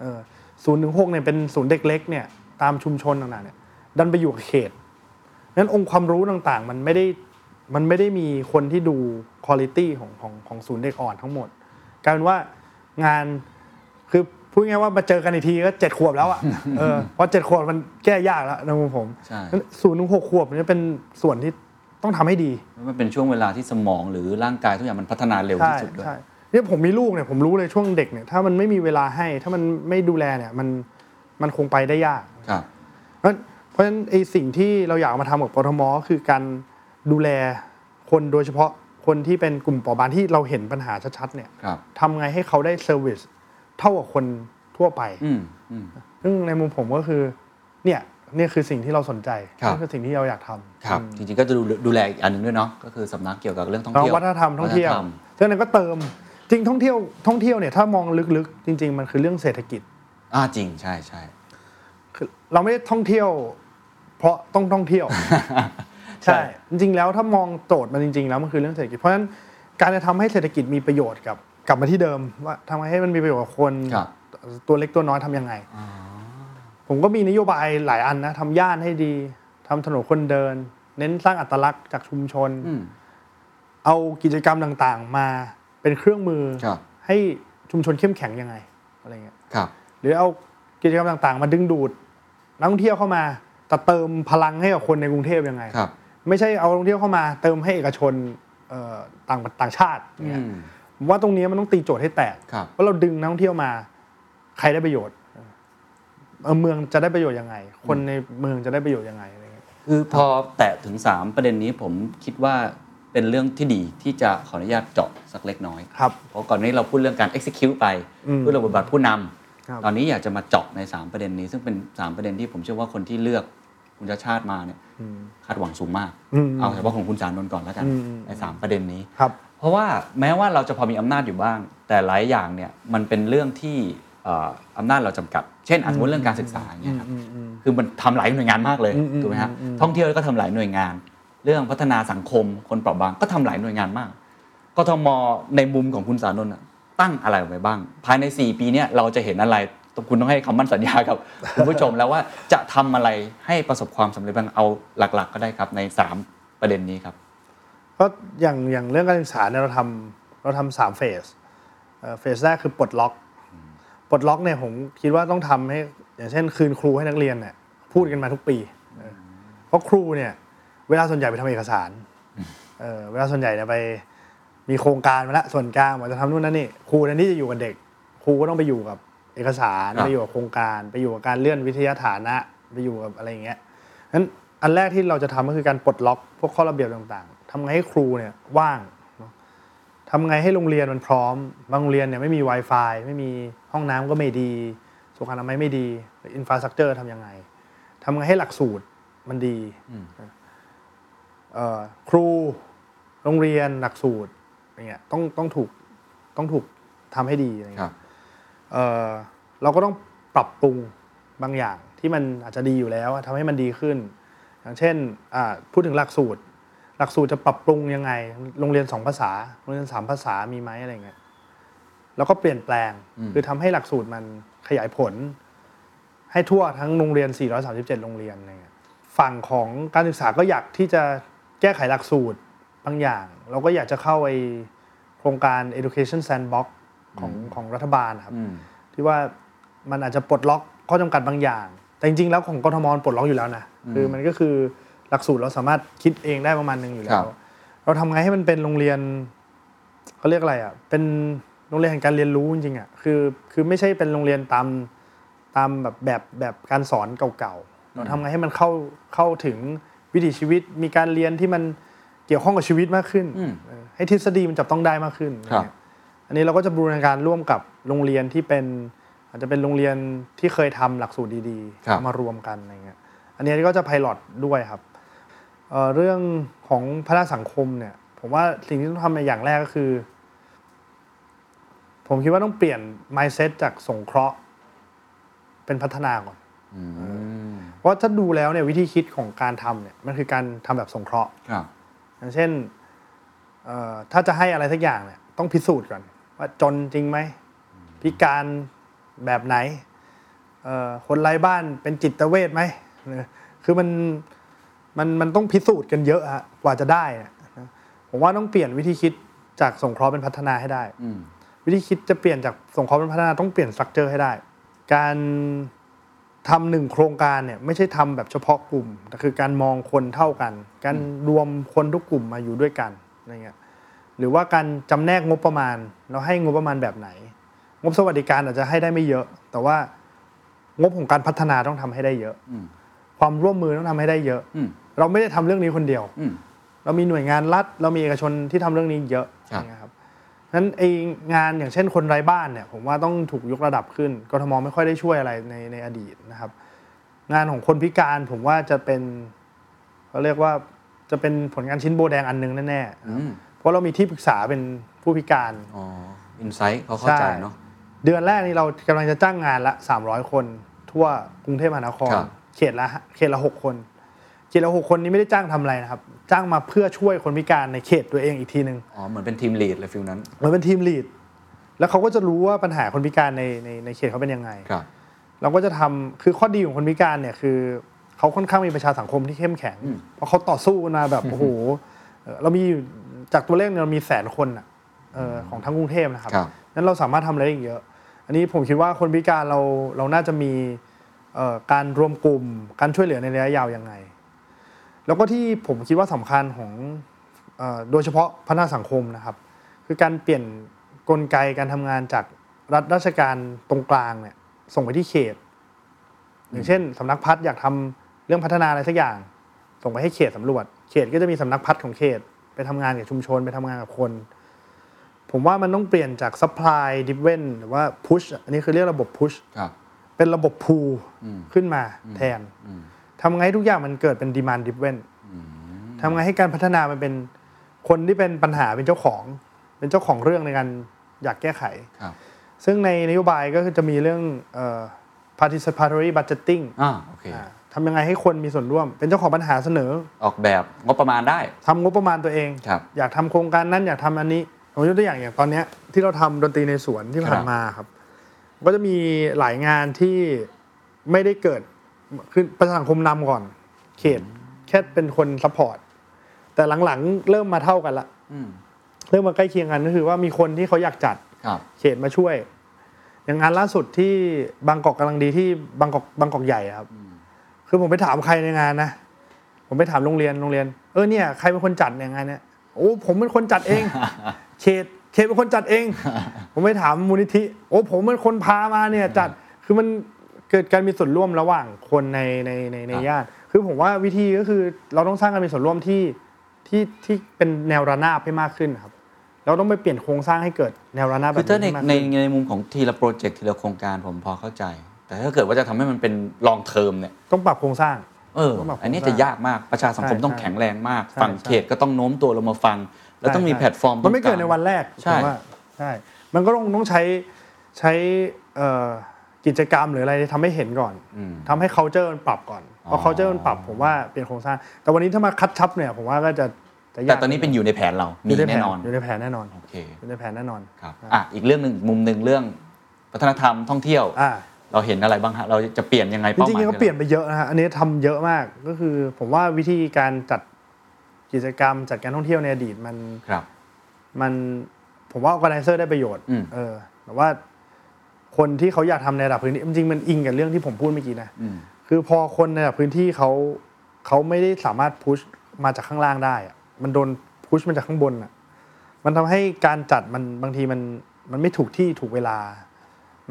เออศูนย์ถึงหกเนี่ยเป็นศูนย์เด็กเล็กเนี่ยตามชุมชนต่างๆเนี่ย ดันไปอยู่กับเขตงั้นองค์ความรู้ต่างๆ มันไม่ได้มันไม่ได้มีคนที่ดูคุณภาพของของของศูนย์เด็กอ่อนทั้งหมดกลายเป็นว่างาน คือพูดง่ายๆว่ามาเจอกันอีกทีก็เจ็ดขวบแล้วอ่ะ เออเพราะเจ็ดขวบมันแก้ยากแล้วในมุมผม
ใช่
ศูนย์ถึงหกขวบเนี่ยเป็นส่วนที่ต้องทำให้ดี
มันเป็นช่วงเวลาที่สมองหรือร่างกายทุกอย่างมันพัฒนาเร็ว
ใช่
ที่สุดด้วย
ใช่เนี่ยผมมีลูกเนี่ยผมรู้เลยช่วงเด็กเนี่ยถ้ามันไม่มีเวลาให้ ถ้ามันไม่ดูแลเนี่ยมันมันคงไปได้ยาก
ครับ
เพราะฉะนั้นเพราะฉะนั้นไอสิ่งที่เราอยากมาทำกับกทมก็คือการดูแลคนโดยเฉพาะคนที่เป็นกลุ่มเปราะบางที่เราเห็นปัญหาชัดๆเนี่ย
ครับ
ทำไงให้เขาได้เซอร์วิสเท่ากับคนทั่วไป
อืมอืม
ซึ่งในมุมผมก็คือเนี่ยเนี่ยคือสิ่งที่เราสนใจ
ครับ
นี่คือสิ่งที่เราอยากทำ
ครับ จริงๆ ก็จะดูดูแลอีกอันหนึงด้วยเนาะ ก็คือสำนักเกี่ยวกับเรื่องท่อง
แล้ว
เที่ยว
วัฒนธรรมท่องเที่ยว
วัฒนธรรม
ซึ่งนั้นก็เติมจริงท่องเที่ยวท่องเที่ยวเนี่ยถ้ามองลึกๆ จริง ๆ มันคือเรื่องเศรษฐกิจ
อ่าจริง ใช่ใช่
คือเราไม่ได้ท่องเที่ยว เพราะต้องท่องเที่ยว ใช่ จริงๆแล้วถ้ามองโจทย์มันจริง ๆ แล้วมันคือเรื่องเศรษฐกิจ เพราะฉะนั้นการจะทำให้เศรษฐกิจมีประโยชน์กับกลับมาที่เดิมว่าทำให้มันมีประโยชน์กับคน
ครับ
ตัวเล็กตัวน้อยทำยังไง ผมก็มีนโยบายหลายอันนะทำย่านให้ดีทำถนนคนเดิน เน้นสร้างอัตลักษณ์จากชุมชน
อืม
เอากิจกรรมต่างๆ มาเป็นเครื่องมือ
ครับ
ให้ชุมชนเข้มแข็งยังไงอะไรเงี้ย
ครับ
หรือเอากิจกรรมต่างๆ มาดึงดูดนักท่องเที่ยวเข้ามาแต่เติมพลังให้กับคนในกรุงเทพยังไง
ครับ
ไม่ใช่เอานักท่องเที่ยวเข้ามาเติมให้เอกชนเอ่อต่างต่างชาติ
อื
เนี่ย
ม
ผมว่าตรงนี้มันต้องตีโจทย์ให้แตก
ครับ
ว่าเราดึงนักท่องเที่ยวมา ใครได้ประโยชน์เอ่อเมืองจะได้ประโยชน์ยังไง คนในเมืองจะได้ประโยชน์ยังไงอะไรเงี้ย
คือพอแตะถึง 3 ประเด็นนี้ผมคิดว่าเป็นเรื่องที่ดีที่จะขออนุญาตเจาะสักเล็กน้อย
ครับ
เพราะก่อนนี้เราพูดเรื่องการ execute ไป
อืม
พูดเรื่องบทบาทผู้นำ
ครับ
ตอนนี้อยากจะมาเจาะใน 3 ประเด็นนี้ ซึ่งเป็น 3 ประเด็นที่ผมเชื่อว่าคนที่เลือกคุณชาติชาติมาเนี่ยคาดหวังสูงมาก
อืม
เอาเฉพาะของคุณสารนนท์ก่อนแล้วกัน
อืม
ใน 3 ประเด็นนี้
ครับ
เพราะว่าแม้ว่าเราจะพอมีอำนาจอยู่บ้าง แต่หลายอย่างเนี่ยมันเป็นเรื่องที่เอ่ออำนาจเราจำกัด เช่นอาจจะเรื่องการศึกษาอย่างเงี้ยครับคือมันทำหลายหน่วยงานมากเลย
อืมอืม
ถูกไหมฮะ
อืม
ท่องเที่ยวก็ทำหลายหน่วยงาน เรื่องพัฒนาสังคมคนเปราะบางก็ทำหลายหน่วยงานมากกทมในมุมของคุณสานนท์อะตั้งอะไรไว้บ้าง ภายใน 4 ปีเนี่ยเราจะเห็นอะไรต้องคุณต้องให้คำมั่นสัญญากับ คุณผู้ชมแล้วว่าจะทำอะไรให้ประสบความสำเร็จบ้างเอาหลัก ๆ ก็ได้ครับในสามประเด็นนี้ครับ
ก็อย่างอย่างเรื่องการศึกษาเนี่ยเราทำเราทำสามเฟสเอ่อเฟสแรกคือปลดล็อกปลดล็อกเนี่ยผมคิดว่าต้องทำให้อย่างเช่น คืนครูให้นักเรียนเนี่ยพูดกันมาทุกปีเออเพราะครูเนี่ยเวลาส่วนใหญ่ไปทำเอกสารเออเวลาส่วนใหญ่เนี่ยไปมีโครงการมาละส่วนกลางว่าจะทำนู่นนั่นนี่ครูแทนที่จะอยู่กับเด็ก ครูก็ต้องไปอยู่กับเอกสาร
ครับ
ไปอยู่กับโครงการ ไปอยู่กับการเลื่อนวิทยาฐานะไปอยู่กับอะไรอย่างเงี้ย นั้นอันแรกที่เราจะทำก็คือการปลดล็อกพวกข้อระเบียบต่างๆทำไงให้ครูเนี่ยว่างเนอะทำไงให้โรงเรียนมันพร้อม บางโรงเรียนเนี่ยไม่มี Wi-Fi ไม่มีห้องน้ำก็ไม่ดี สุขอนามัยไม่ดีอินฟราสตรักเจอร์ทำยังไงทำไงให้หลักสูตรมันดีเอ่อครูโรงเรียนหลักสูตรอย่างเงี้ยต้องต้องถูกต้องถูกทำให้ดีอะไรเงี้ย เอ่อเราก็ต้องปรับปรุงบางอย่างที่มันอาจจะดีอยู่แล้วทำให้มันดีขึ้น อย่างเช่นอ่าพูดถึงหลักสูตร หลักสูตรจะปรับปรุงยังไง โรงเรียนสองภาษา โรงเรียนสามภาษามีไหมอะไรเงี้ยแล้วก็เปลี่ยนแปลงคือทำให้หลักสูตรมันขยายผล ให้ทั่วทั้งโรงเรียน 437 โรงเรียนอะไรเงี้ยฝั่งของการศึกษาก็อยากที่จะแก้ไขหลักสูตรบางอย่าง เราก็อยากจะเข้าไอโครงการ education sandbox ของของรัฐบาลนะครับ
อืม
ที่ว่ามันอาจจะปลดล็อกข้อจำกัดบางอย่าง แต่จริงๆ แล้วของกทมปลดล็อกอยู่แล้วนะ คือมันก็คือหลักสูตรเราสามารถคิดเองได้ประมาณหนึ่งอยู่แล้
ครั
ว
บ
เราทำไงให้มันเป็นโรงเรียนเขาเรียกอะไรอ่ะ เป็นโรงเรียนแห่งการเรียนรู้จริงๆอ่ะ คือคือไม่ใช่เป็นโรงเรียนตามตามแบบแบบแบบการสอนเก่าๆ เราทำไงให้มันเข้าเข้าถึงวิถีชีวิต มีการเรียนที่มันเกี่ยวข้องกับชีวิตมากขึ้น
อืม
เออให้ทฤษฎีมันจับต้องได้มากขึ้น
ครับ
เนี่ยอันนี้เราก็จะบูรณาการร่วมกับโรงเรียนที่เป็น อาจจะเป็นโรงเรียนที่เคยทำหลักสูตรดี
ครับ
ๆมารวมกันอะไรเงี้ยอันนี้ก็จะไพลอตด้วยครับเอ่อเรื่องของพระสังคมเนี่ย ผมว่าสิ่งที่ต้องทำในอย่างแรกก็คือ ผมคิดว่าต้องเปลี่ยน mindset จากสงเคราะห์ เป็นพัฒนาก่อน
อืม
เพราะถ้าดูแล้วเนี่ยวิธีคิดของการทำเนี่ยมันคือการทำแบบสงเคราะห์
ครับ
อย่างเช่นเอ่อถ้าจะให้อะไรสักอย่างเนี่ยต้องพิสูจน์ก่อน ว่าจนจริงไหม พิการแบบไหนเอ่อคนไร้บ้านเป็นจิตเวชไหมเออคือมันมันมันต้องพิสูจน์กันเยอะฮะกว่าจะได้อะนะผมว่าต้องเปลี่ยนวิธีคิดจากสงเคราะห์เป็นพัฒนาให้ได้
อืม
วิธีคิดจะเปลี่ยนจากสงเคราะห์เป็นพัฒนาต้องเปลี่ยนสตรัคเจอร์ให้ได้ การทำหนึ่งโครงการเนี่ยไม่ใช่ทำแบบเฉพาะกลุ่ม แต่คือการมองคนเท่ากัน การรวมคนทุกกลุ่มมาอยู่ด้วยกันอะไรเงี้ยหรือว่าการจำแนกงบประมาณเราให้งบประมาณแบบไหน งบสวัสดิการอาจจะให้ได้ไม่เยอะ แต่ว่างบของการพัฒนาต้องทำให้ได้เยอะ
อืม
ความร่วมมือต้องทำให้ได้เยอะ
อืม
เราไม่ได้ทำเรื่องนี้คนเดียว
อืม
เรามีหน่วยงานรัฐ เรามีเอกชนที่ทำเรื่องนี้เยอะ
ครับ
นะครับนั้นไองานอย่างเช่นคนไร้บ้านเนี่ย ผมว่าต้องถูกยกระดับขึ้นกทมไม่ค่อยได้ช่วยอะไรในในอดีตนะครับ งานของคนพิการผมว่าจะเป็นเขาเรียกว่าจะเป็นผลงานชิ้นโบแดงอันหนึงแน่ๆนะค
อื
รับ
ม
เพราะเรามีที่ปรึกษาเป็นผู้พิการ
อ๋ออินไซต์เขาเข้าใจเนาะ
เดือนแรกนี้เรากำลังจะจ้างงานละ 300 คน ทั่วกรุงเทพมหานคร
ครับ
เขตละเขตละหกคน เขตละหกคนนี้ไม่ได้จ้างทำอะไรนะครับ จ้างมาเพื่อช่วยคนพิการในเขตตัวเองอีกทีหนึ่ง
อ๋อเหมือนเป็นทีมลีดเลยฟิลนั้น
เหมือนเป็นทีมลีดแล้วเขาก็จะรู้ว่าปัญหาคนพิการในในในเขตเขาเป็นยังไง
ครับ
เราก็จะทำคือข้อดีของคนพิการเนี่ยคือเขาค่อนข้างมีประชาสังคมที่เข้มแข็ง
อืม
เพราะเขาต่อสู้กันมา แบบ โอ้โหเอ่อเรามีอยู่จากตัวเลขเนี่ยเรามีแสนคนอ่ะเอ่อของทั้งกรุงเทพนะครับ
ครับ
นั้นเราสามารถทำอะไรได้อีกเยอะ อันนี้ผมคิดว่าคนพิการเราเราน่าจะมีเอ่อการรวมกลุ่ม การช่วยเหลือในระยะยาวยังไง แล้วก็ที่ผมคิดว่าสำคัญของเอ่อโดยเฉพาะพัฒนาสังคมนะครับ คือการเปลี่ยนกลไกการทำงานจากรัฐราชการตรงกลางเนี่ยส่งไปที่เขต อย่างเช่นสำนักพัฒน์อยากทำเรื่องพัฒนาอะไรสักอย่าง ส่งไปให้เขตสำรวจ เขตก็จะมีสำนักพัฒน์ของเขต ไปทำงานกับชุมชน ไปทำงานกับคน ผมว่ามันต้องเปลี่ยนจาก supply driven หรือว่า push อันนี้คือเรียกระบบ push
ครับ
เป็นระบบ pull
อืม
ขึ้นมาแทน
อืม
ทำไงให้ทุกอย่างมันเกิดเป็น demand driven
อืม
ทำไงให้การพัฒนามันเป็นคนที่เป็นปัญหาเป็นเจ้าของ เป็นเจ้าของเรื่องในการอยากแก้ไข
ครับ
ซึ่งในนโยบายก็คือจะมีเรื่องเอ่อ participatory budgeting
อ่าโอเค
อ่าทำยังไงให้คนมีส่วนร่วม เป็นเจ้าของปัญหาเสนอ
ออกแบบงบประมาณได้
ทำงบประมาณตัวเอง
ครับ
อยากทำโครงการนั้นอยากทำอันนี้ผมยกตัวอย่างอย่างตอนเนี้ยที่เราทำดนตรีในสวนที่ผ่า
คน รับ
มาครับ ก็จะมีหลายงานที่ไม่ได้เกิดขึ้นประชาสังคมนำก่อน เขตแค่เป็นคนซัพพอร์ตแต่หลังๆ เริ่มมาเท่ากันละ
อืม
เริ่มมาใกล้เคียงกันก็คือว่ามีคนที่เขาอยากจัด
ครับ
เขตมาช่วย อย่างงานล่าสุดที่บางกอกกำลังดีที่บางกอกบางกอกใหญ่อะครับ คือผมไปถามใครในงานนะ ผมไปถามโรงเรียนโรงเรียน เออเนี่ยใครเป็นคนจัดเนี่ยงานเนี่ยโอ้ผมเป็นคนจัดเอง เขตเขตเป็นคนจัดเอง ผมไปถามมูลนิธิ โอ้ผมเป็นคนพามาเนี่ยจัดคือมันเกิดการมีส่วนร่วมระหว่างคนในในในใน
ครับ
ญาติ คือผมว่าวิธีก็คือเราต้องสร้างการมีส่วนร่วมที่ที่ที่เป็นแนวระนาบให้มากขึ้นครับ เราต้องไปเปลี่ยนโครงสร้างให้เกิดแนวระนาบแบ
คื
บ
อถ้าใน
นี้มาก
ใน
ขึ้น
ในมุมของทีละโปรเจกต์ทีละโครงการผมพอเข้าใจ แต่ถ้าเกิดว่าจะทำให้มันเป็นลองเทอมเนี่ย
ต้องปรับโครงสร้าง
เออ
ต้องปรับโครงสร้าง
อันนี้จะยากมากประชาสังคม
ใช่
ต้องแข็งแรงมาก
ใช่
ฝั่ง
ใช่
เขตก็ต้องโน้มตัวลงมาฟัง แล้วต้องมี
ใช่
แพลตฟอร์ม
มันไม่
ตรง
เกิดในวันแรก
ใช่
ผมว่าใช่ มันก็ต้องต้องใช้ใช้เอ่อกิจกรรมหรืออะไรทำให้เห็นก่อน
อืม
ทำให้ culture มันปรับก่อนพ
อ๋
อ
อ
culture มันปรับผมว่าเปลี่ยนโครงสร้าง แต่วันนี้ถ้ามาคัดชับเนี่ยผมว่าก็จะจะยาก
แต่ตอนนี้เป็นอยู่ในแผนเรา มี
ยู่ใผ
แน่นอน
อยู่ในแผนแน่นอน
โอเค
อยู่ในแผนแน่นอน
ครับอ่ะอีกเรื่องหนึ่งมุมหนึ่งเรื่องวัฒนธรรมท่องเที่ยว
อ่า
เราเห็นอะไรบ้างฮะเราจะเปลี่ยนยังไง
จ
เป้าห
ริ
มาย
งๆเขาเปลี่ยนไปเยอะนะฮะ อันนี้ทำเยอะมาก ก็คือผมว่าวิธีการจัดกิจกรรมจัดการท่องเที่ยวในอดีตมัน
ครับ
มันผมว่า organizer ได้ประโยชน์
อืม
เออ แต่ว่าคนที่เขาอยากทำในระดับพื้นที่จริงๆมันอิงกับเรื่องที่ผมพูดเมื่อกี้นะ
อืม
คือพอคนในระดับพื้นที่เขาเขาไม่ได้สามารถพุชมาจากข้างล่างได้อะมันโดนพุชมาจากข้างบนอะมันทำให้การจัดมันบางทีมันมันไม่ถูกที่ถูกเวลา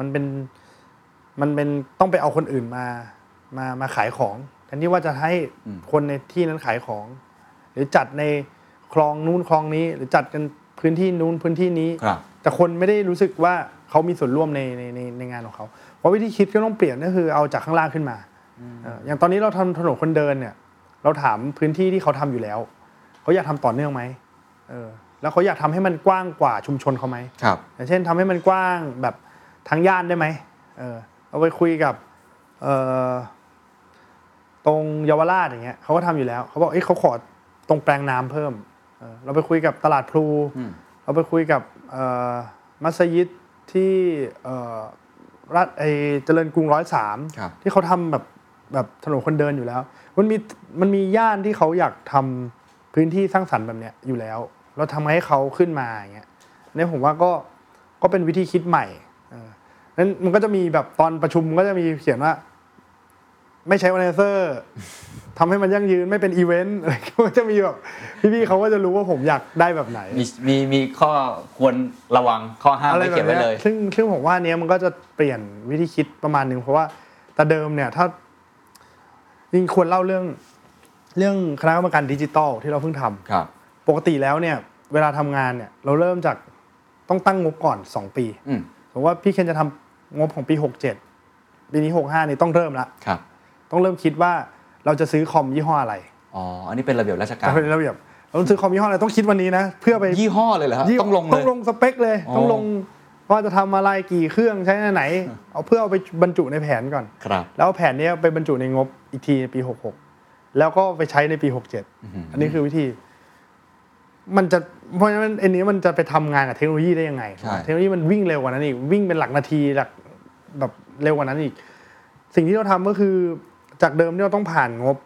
มันเป็นมันเป็นต้องไปเอาคนอื่นมา มามาขายของแทนที่ว่าจะให้
อืม
คนในที่นั้นขายของ หรือจัดในคลองนู้นคลองนี้ หรือจัดกันพื้นที่นู้นพื้นที่นี้
ครับ
แต่คนไม่ได้รู้สึกว่าเขามีส่วนร่วมในในในในงานของเขา เพราะวิธีคิดก็ต้องเปลี่ยนก็คือเอาจากข้างล่างขึ้นมาเอ่ออย่างตอนนี้เราทำถนนคนเดินเนี่ย เราถามพื้นที่ที่เขาทำอยู่แล้ว เขาอยากทำต่อเนื่องไหมเออแล้วเขาอยากทำให้มันกว้างกว่าชุมชนเขาไหม
ครับ
อย่างเช่นทำให้มันกว้างแบบทั้งย่านได้ไหมเออเอาไปคุยกับเอ่อตรงเยาวราชอย่างเงี้ยเขาก็ทำอยู่แล้วเขาบอกเอ้ยเขาขอตรงแปลงน้ำเพิ่มเออเราไปคุยกับตลาดพลู
อืม
เราไปคุยกับเอ่อมัสยิดที่เอ่อราชไอเจริญกรุงร้อยสาม
ครับ
ที่เขาทำแบบแบบถนนคนเดินอยู่แล้ว มันมีมันมีย่านที่เขาอยากทำพื้นที่สร้างสรรค์แบบเนี้ยอยู่แล้ว เราทำให้เขาขึ้นมาอย่างเงี้ยอันนี่ผมว่าก็ก็เป็นวิธีคิดใหม่เออนั้นมันก็จะมีแบบตอนประชุมก็จะมีเขียนว่า ไม่ใช้วันเซอร์ทำให้มันยั่งยืนไม่เป็นอีเวนต์อะไรก็ จะมีแบบพี่ๆเขาก็จะรู้ว่าผมอยากได้แบบไหน
มีมีมีข้อควรระวังข้อห้าม
อะไร
ไว้
แบ
เขีย
บ
นไว้
เนี้ย
เลย
ซึ่งซึ่งผมว่าอันเนี้ยมันก็จะเปลี่ยนวิธีคิดประมาณหนึ่งเพราะว่าแต่เดิมเนี่ยถ้าจริงควรเล่าเรื่องเรื่องคณะกรรมการดิจิตอลที่เราเพิ่งทำ
ครับ
ปกติแล้วเนี่ย เวลาทำงานเนี่ย เราเริ่มจากต้องตั้งงบก่อน 2 ปี
อืม
สมมติว่าพี่เคนจะทำงบของปี 67 ปีนี้ 65นี่ต้องเริ่มละ
ครับ
ต้องเริ่มคิดว่าเราจะซื้อคอมยี่ห้ออะไร
อ๋อ อันนี้เป็นระเบียบราชการ
แต่ เป็นระเบียบเราต้องซื้อคอมยี่ห้ออะไรต้องคิดวันนี้นะเพื่อไป
ยี่ห้อเลยเหรอฮะ
ยี่
ต้องลงเล
ต้อย งลงสเปคเลย
อ๋อ
ต้องลงว่าจะทำอะไรกี่เครื่องใช้อันไหน เอาเพื่อเอาไปบรรจุในแผนก่อน
ครับ
แล้วเอาแผนเนี้ยไปบรรจุในงบอีกทีในปี 66 แล้วก็ไปใช้ในปี
อือหือ
67
อั
อันนี้คือวิธี มันจะเพราะฉะนั้นอันนี้มันจะไปทำงานกับเทคโนโลยีได้ยังไง
ใช่
เทคโนโลยีมันวิ่งเร็วกว่านั้นอีก วิ่งเป็นหลักนาทีหลักแบบเร็วกว่านั้นอีก สิ่งที่เราทำก็คือจากเดิมที่เราต้องผ่านงบ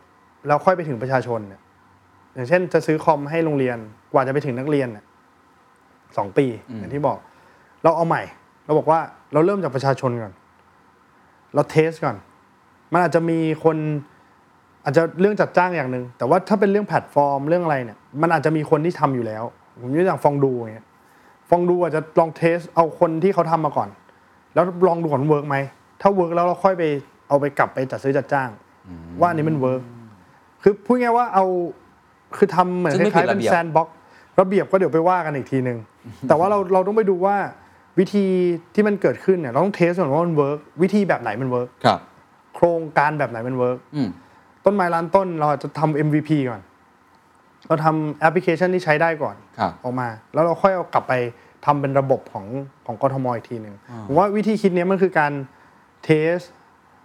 แล้วค่อยไปถึงประชาชนเนี่ยอย่างเช่น จะซื้อคอมให้โรงเรียนกว่าจะไปถึงนักเรียนเนี่ยสองปีอย่างที่บอก เราเอาใหม่ เราบอกว่าเราเริ่มจากประชาชนก่อน เราเทสก่อน มันอาจจะมีคนอาจจะเรื่องจัดจ้างอย่างหนึ่งแต่ว่าถ้าเป็นเรื่องแพลตฟอร์มเรื่องอะไรเนี่ย มันอาจจะมีคนที่ทำอยู่แล้ว ผมยกตัวอย่างฟองดูอย่างเงี้ยฟองดูอาจจะลองเทสเอาคนที่เขาทำมาก่อน แล้วลองดูก่อนเวิร์กไหมถ้าเวิร์กแล้วเราค่อยไปเอาไปกลับไปจัดซื้อจัดจ้าง ว่าอันนี้มันเวิร์กคือพูดง่ายๆว่าเอาคือทำเหมือนค
ซึ่งไม่ผิ
ล้าย
ด
ๆเป็น
ระเบียบ
แซนบ็อกระเบียบก็เดี๋ยวไปว่ากันอีกทีห นึ่งแต่ว่าเราเราต้องไปดูว่าวิธีที่มันเกิดขึ้นเนี่ยเราต้องเทสก่อนว่ามันเวิร์กวิธีแบบไหนมันเวิร์ก
ครับ
โครงการแบบไหนมันเวิร์ก
อืม
ต้นไม้ร้านต้นเราอาจจะทำ MVP ก่อน เราทำแอปพลิเคชันที่ใช้ได้ก่อน
ครับ
ออกมา แล้วเราค่อยเอากลับไปทำเป็นระบบของของกทมอีกทีหนึ่งผมว่าวิธีคิดเนี้ยมันคือการเทส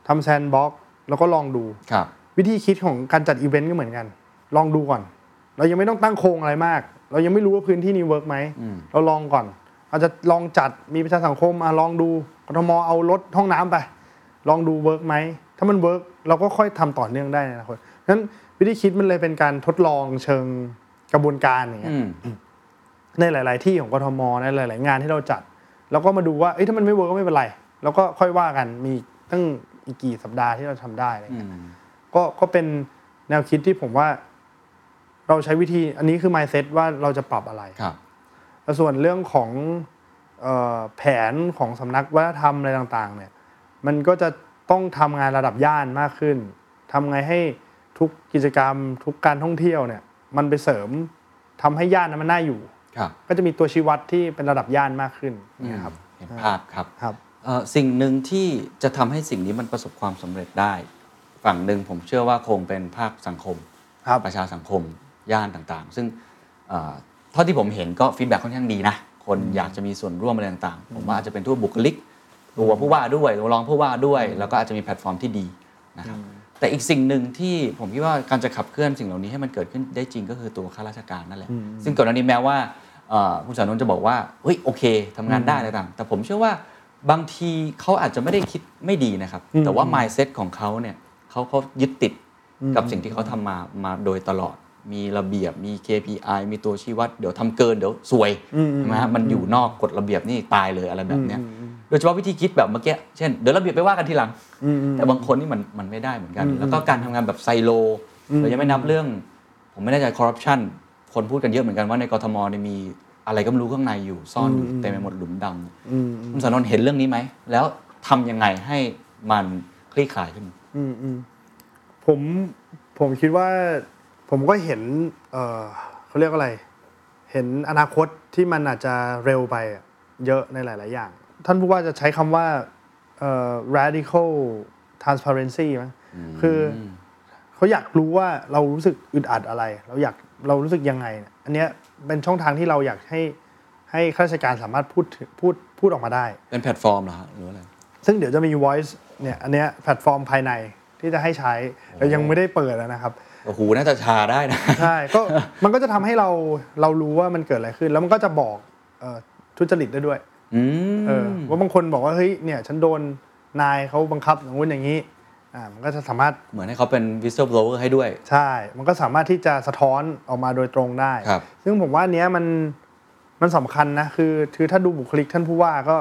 ทำแซนบ็อกแล้วก็ลองดู
ครับ
วิธีคิดของการจัดอีเวนต์ก็เหมือนกัน ลองดูก่อน เรายังไม่ต้องตั้งโครงอะไรมาก เรายังไม่รู้ว่าพื้นที่นี้เวิร์กไหม เราลองก่อน อาจจะลองจัดมีประชาสังคมอะลองดูกทมเอารถห้องน้ำไป ลองดูเวิร์กไหม ถ้ามันเวิร์กเราก็ค่อยทำต่อเนื่องได้ในอนาคตฉะนั้นวิธีคิดมันเลยเป็นการทดลองเชิงกระบวนการอย่างเงี้ย
อืม
ในหลาย ๆ ที่ของกทมในหลาย ๆ งานที่เราจัด แล้วก็มาดูว่าเอ้ยถ้ามันไม่เวิร์กก็ไม่เป็นไร แล้วก็ค่อยว่ากันมีตั้งอีกกี่สัปดาห์ที่เราทำได้อะไรเงี้ยก็ก็เป็นแนวคิดที่ผมว่า เราใช้วิธีอันนี้คือ mindset ว่าเราจะปรับอะไร
ครับ
แล้วส่วนเรื่องของเอ่อแผนของสำนักวัฒนธรรมอะไรต่างๆ เนี่ย มันก็จะต้องทำงานระดับย่านมากขึ้นทำไงให้ทุกกิจกรรม ทุกการท่องเที่ยวเนี่ย มันไปเสริมทำให้ย่านนั้นมันน่าอยู่
ครับ
ก็จะมีตัวชี้วัดที่เป็นระดับย่านมากขึ้นเนะครับ
เห็นภาพครับ
ครับ
เอ่อสิ่งหนึ่งที่จะทำให้สิ่งนี้มันประสบความสำเร็จได้ ฝั่งหนึ่งผมเชื่อว่าคงเป็นภาคสังคม
ครับ
ประชาสังคมย่านต่างๆ ซึ่งเอ่อเท่าที่ผมเห็นก็ฟีดแบ็ค่อนข้างดีนะ คนอยากจะมีส่วนร่วมอะไรต่างๆ ผมว่าอาจจะเป็นทั่วบุคลิกตัวผู้ว่าด้วยรองผู้ว่าด้วย แล้วก็อาจจะมีแพลตฟอร์มที่ดีนะครับแต่อีกสิ่งหนึ่งที่ผมคิดว่าการจะขับเคลื่อนสิ่งเหล่านี้ให้มันเกิดขึ้นได้จริงก็คือตัวข้าราชการนั่นแหละ ซึ่งก่อนหน้านี้แม้ว่าเอ่อคุณสานนท์จะบอกว่าเฮ้ยโอเคทำงานได้อะไรต่าง แต่ผมเชื่อว่าบางทีเขาอาจจะไม่ได้คิดไม่ดีนะครับ แต่ว่า mindset ของเขาเนี่ยเขาเขายึดติด กับสิ่งที่เขาทำมามาโดยตลอด มีระเบียบ มี KPI มีตัวชี้วัด เดี๋ยวทำเกินเดี๋ยวซวยใช่ไหมฮะ มันอยู่นอกกฎระเบียบนี่ตายเลยอะไรแบบเนี้ย โดยเฉพาะวิธีคิดแบบเมื่อกี้ เช่น เดี๋ยวระเบียบไปว่ากันทีหลัง แต่บางคนนี่มันมันไม่ได้เหมือนกัน แล้วก็การทำงานแบบไซโล เรายังไม่นับเรื่อง ผมไม่แน่ใจคอร์รัปชัน คนพูดกันเยอะเหมือนกันว่าในกทมเนี่ยมีอะไรก็ไม่รู้ข้างในอยู่ซ่อนอยู่เต็มไปหมดหลุมดำคุณสานนท์เห็นเรื่องนี้ไหม แล้วทำยังไงให้มันคลี่คลายขึ้น
อืมอืมผมผมคิดว่า ผมก็เห็น เออเขาเรียกอะไร เห็นอนาคตที่มันอาจจะเร็วไปอะเยอะในหลาย ๆ อย่าง ท่านผู้ว่าจะใช้คำว่าเอ่อ radical transparency มั้ยคืออเขาอยากรู้ว่าเรารู้สึกอึดอัดอะไร เราอยากเรารู้สึกยังไงเนี่ยอันเนี้ยเป็นช่องทางที่เราอยากให้ให้ข้าราชการสามารถพูดถึงพูดพูดออกมาได้
เป็นแพลตฟอร์มเหรอฮะหรืออะไร
ซึ่งเดี๋ยวจะมี voice เนี่ยอันเนี้ยแพลตฟอร์มภายในที่จะให้ใช้เรายังไม่ได้เปิดอะนะครับ
โอ้โห น่าจะชาได้นะ
ใช่ ก็มันก็จะทำให้เราเรารู้ว่ามันเกิดอะไรขึ้น แล้วมันก็จะบอกเอ่อทุจริตได้ด้วย
อืม
เออว่าบางคนบอกว่าเฮ้ยเนี่ยฉันโดนนายเขาบังคับอย่างนู้นอย่างนี้อ่ามันก็จะสามารถ
เหมือนให้เขาเป็น whistleblower ให้ด้วย
ใช่ มันก็สามารถที่จะสะท้อนออกมาโดยตรงได้
ครับ
ซึ่งผมว่าอันเนี้ยมันมันสำคัญนะคือคือถ้าดูบุคลิกท่านผู้ว่าก็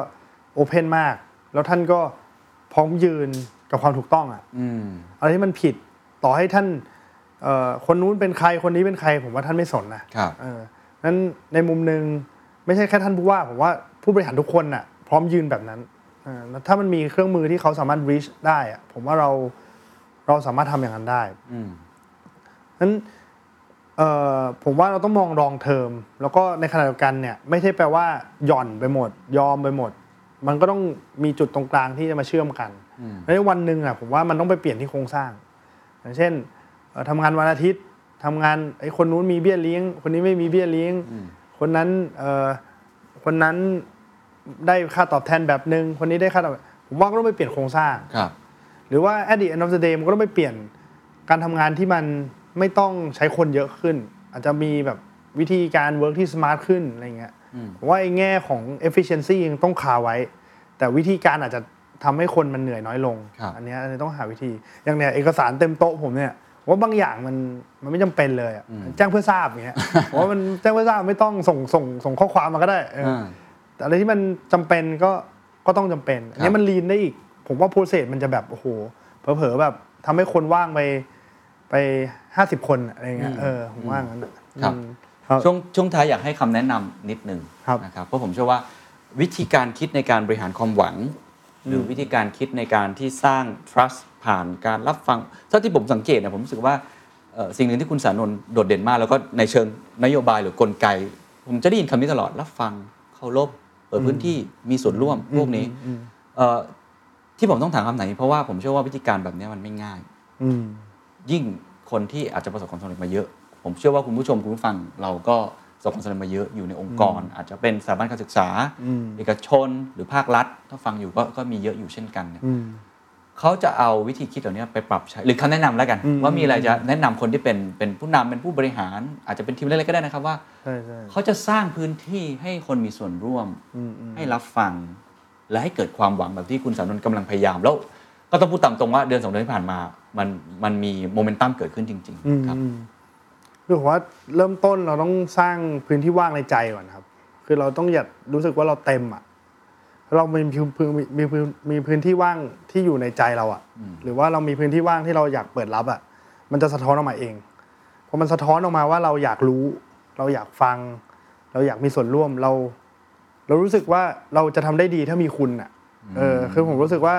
โอเพนมาก แล้วท่านก็พร้อมยืนกับความถูกต้องอ่ะ
อืม
อะไรที่มันผิดต่อให้ท่านเอ่อคนนู้นเป็นใครคนนี้เป็นใคร ผมว่าท่านไม่สนนะครับ เออนั้นในมุมหนึ่งไม่ใช่แค่ท่านผู้ว่าผมว่าผู้บริหารทุกคนน่ะพร้อมยืนแบบนั้นเออแล้วถ้ามันมีเครื่องมือที่เขาสามารถ reach ได้อะผมว่าเราเราสามารถทำอย่างนั้นได้
อืม
นั้นเอ่อผมว่าเราต้องมองรองเทอมแล้วก็ในขณะเดียวกันเนี่ยไม่ใช่แปลว่าหย่อนไปหมด ยอมไปหมด มันก็ต้องมีจุดตรงกลางที่จะมาเชื่อมกัน แล้วในวันหนึ่งอ่ะผมว่ามันต้องไปเปลี่ยนที่โครงสร้าง อย่างเช่นเอ่อทำงานวันอาทิตย์ทำงานไอ้คนนู้นมีเบี้ยเลี้ยง คนนี้ไม่มีเบี้ยเลี้ยง คนนั้นเอ่อคนนั้นได้ค่าตอบแทนแบบหนึ่งคนนี้ได้ค่าตอบผมว่าก็ต้องไปเปลี่ยนโครงสร้าง
ครับ
หรือว่า at the end of the day มันก็ต้องไปเปลี่ยนการทำงานที่มันไม่ต้องใช้คนเยอะขึ้น อาจจะมีแบบวิธีการ work ที่สมาร์ทขึ้นอะไรเงี้ยผมว่าไอ้แง่ของ efficiency ยังต้องคาไว้ แต่วิธีการอาจจะทำให้คนมันเหนื่อยน้อยลง
ครับ
อันเนี้ยอันนี้ต้องหาวิธี อย่างเนี้ยเอกสารเต็มโต๊ะผมเนี่ยผมว่าบางอย่างมันมันไม่จำเป็นเลยอะแจ้งเพื่อทราบอย่างเงี้ย ผมว่ามันแจ้งเพื่อทราบไม่ต้องส่งส่งส่งข้อความมาก็ได้เอออ
อ่า
แต่อะไรที่มันจำเป็นก็ก็ต้องจำเป็นอัน
ครั
นี้
บ
มันลีนได้อีก ผมว่าโปรเซสมันจะแบบโอ้โหเผลอๆแบบทำให้คนว่างไปไปห้าสิบคนอะไรเงี้ยเออผมว่างั้นอะ
ครับ
อืมครับ
ช่วงช่วงท้ายอยากให้คำแนะนำนิดหนึ่ง
ครับ
นะครับ เพราะผมเชื่อว่าวิธีการคิดในการบริหารความหวัง หรือวิธีการคิดในการที่สร้าง trust ผ่านการรับฟังเท่าที่ผมสังเกตเนะผมรู้สึกว่าเอ่อสิ่งหนึ่งที่คุณสานนท์โดดเด่นมาก แล้วก็ในเชิงนโยบายหรือกลไก ผมจะได้ยินคำนี้ตลอดรับฟังเคารพเปิดพื้นที่มีส่วนร่วมพวกนี้เอ่อที่ผมต้องถามคำไหน เพราะว่าผมเชื่อว่าวิธีการแบบเนี้ยมันไม่ง่าย
อืม
ยิ่งคนที่อาจจะประสบความสำเร็จมาเยอะ ผมเชื่อว่าคุณผู้ชมคุณผู้ฟังเราก็ประสบความสำเร็จมาเยอะอยู่ในองค์กร อาจจะเป็นสถาบันการศึกษา
อืม
เอกชนหรือภาครัฐ ถ้าฟังอยู่ก็ก็มีเยอะอยู่เช่นกันเนี่ย
อืม
เขาจะเอาวิธีคิดเหล่านี้ไปปรับใช้หรือคำแนะนำแล้วกัน
อืม
ว่ามีอะไรจะแนะนำคนที่เป็นเป็นผู้นำเป็นผู้บริหาร อาจจะเป็นทีมเล็กๆก็ได้นะครับว่า
ใช่ใช่
เขาจะสร้างพื้นที่ให้คนมีส่วนร่วม ให้รับฟัง และให้เกิดความหวังแบบที่คุณสานนท์กำลังพยายามแล้ว ก็ต้องพูดตามตรงว่าเดือนสองเดือนที่ผ่านมา มันมันมีโมเมนตัมเกิดขึ้นจริง ๆ ครับ
อืมคือผมว่าเริ่มต้นเราต้องสร้างพื้นที่ว่างในใจก่อนครับ คือเราต้องอย่ารู้สึกว่าเราเต็มอ่ะเรามีพื้นพื้นมีพื้นมีพื้นที่ว่างที่อยู่ในใจเราอ่ะ หรือว่าเรามีพื้นที่ว่างที่เราอยากเปิดรับอ่ะ มันจะสะท้อนออกมาเองพอมันสะท้อนออกมาว่าเราอยากรู้ เราอยากฟัง เราอยากมีส่วนร่วมเรา เรารู้สึกว่าเราจะทำได้ดีถ้ามีคุณอ่ะ เออ คือผมรู้สึกว่า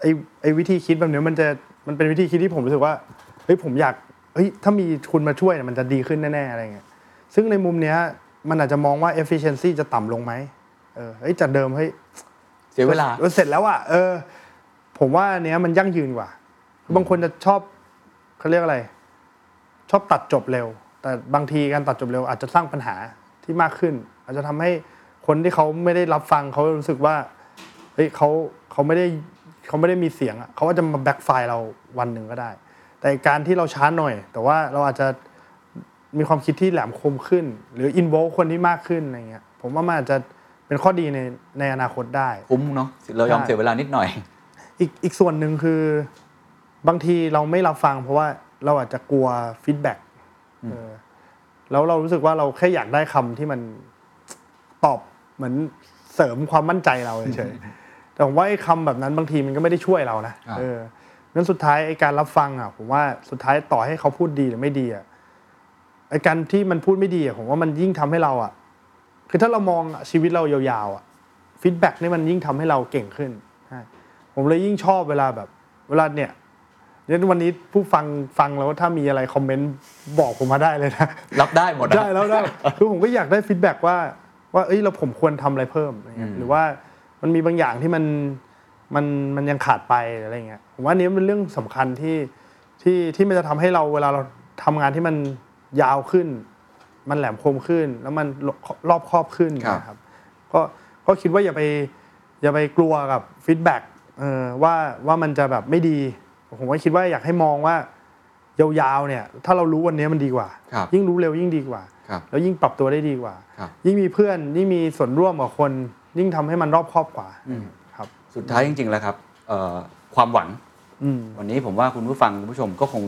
ไอ้ไอ้วิธีคิดแบบเนี้ยมันจะมันเป็นวิธีคิดที่ผมรู้สึกว่าเฮ้ยผมอยากเฮ้ยถ้ามีคุณมาช่วยเนี่ยมันจะดีขึ้นแน่ๆอะไรเงี้ยซึ่งในมุมเนี้ยมันอาจจะมองว่า efficiency จะต่ำลงไหมเออเฮ้ยจากเดิมเฮ้ย
เสียเวลา
ออเสร็จแล้วอ่ะเออ ผมว่าอันเนี้ยมันยั่งยืนกว่า บางคนจะชอบเขาเรียกอะไร ชอบตัดจบเร็ว แต่บางทีการตัดจบเร็วอาจจะสร้างปัญหาที่มากขึ้น อาจจะทำให้คนที่เขาไม่ได้รับฟังเขารู้สึกว่าเฮ้ยเขาเขาไม่ได้เขาไม่ได้มีเสียงอะเขาอาจจะมาแบ็กไฟเราวันหนึ่งก็ได้ แต่การที่เราช้าหน่อย แต่ว่าเราอาจจะมีความคิดที่แหลมคมขึ้น หรืออินโวคนที่มากขึ้นอะไรเงี้ยผมว่ามันอาจจะเป็นข้อดีในในอนาคตได้
คุ้มเนาะเรายอมเสียเวลานิดหน่อย
อีกอีกส่วนหนึ่งคือบางทีเราไม่รับฟัง เพราะว่าเราอาจจะกลัวฟีดแบ็กแล้วเรารู้สึกว่าเราแค่อยากได้คำที่มันตอบเหมือนเสริมความมั่นใจเราเฉยๆ แต่ผมว่าไอ้คำแบบนั้นบางทีมันก็ไม่ได้ช่วยเรานะครับ เออนั้นสุดท้ายไอ้การรับฟังอ่ะผมว่าสุดท้ายต่อให้เขาพูดดีหรือไม่ดีอ่ะไอ้การที่มันพูดไม่ดีอ่ะผมว่ามันยิ่งทำให้เราอ่ะ คือถ้าเรามองชีวิตเรายาวๆอ่ะฟีดแบ็กนี่มันยิ่งทำให้เราเก่งขึ้นใช่ ผมเลยยิ่งชอบเวลาแบบ เวลาเนี่ย งั้นวันนี้ผู้ฟังฟังแล้วถ้ามีอะไรคอมเมนต์บอกผมมาได้เลยนะ
รับได้หมดนะ
ได้แล้ว ได้ คือผมก็อยากได้ฟีดแบ็กว่าว่าเอ้ยเราผมควรทำอะไรเพิ่มอะไรเงี้ย
อืม
หรือว่ามันมีบางอย่างที่มันมันมันยังขาดไปหรืออะไรเงี้ยผมว่าอันนี้มันเป็นเรื่องสำคัญที่ที่ที่มันจะทำให้เราเวลาเราทำงานที่มันยาวขึ้น มันแหลมคมขึ้น แล้วมันรอบครอบขึ้นนะครับก็ก็คิดว่าอย่าไปอย่าไปกลัวกับฟีดแบ็กเออว่าว่ามันจะแบบไม่ดี ผมก็คิดว่าอยากให้มองว่า ยาวๆเนี่ย ถ้าเรารู้วันนี้มันดีกว่า
ครับ
ยิ่งรู้เร็วยิ่งดีกว่า
ครับ
แล้วยิ่งปรับตัวได้ดีกว่า
ครับ
ยิ่งมีเพื่อน ยิ่งมีส่วนร่วมกับคน ยิ่งทำให้มันรอบครอบกว่าครับ
สุดท้ายจริง ๆ แล้วครับเอ่อความหวัง
อืม
วันนี้ผมว่าคุณผู้ฟังคุณผู้ชมก็คง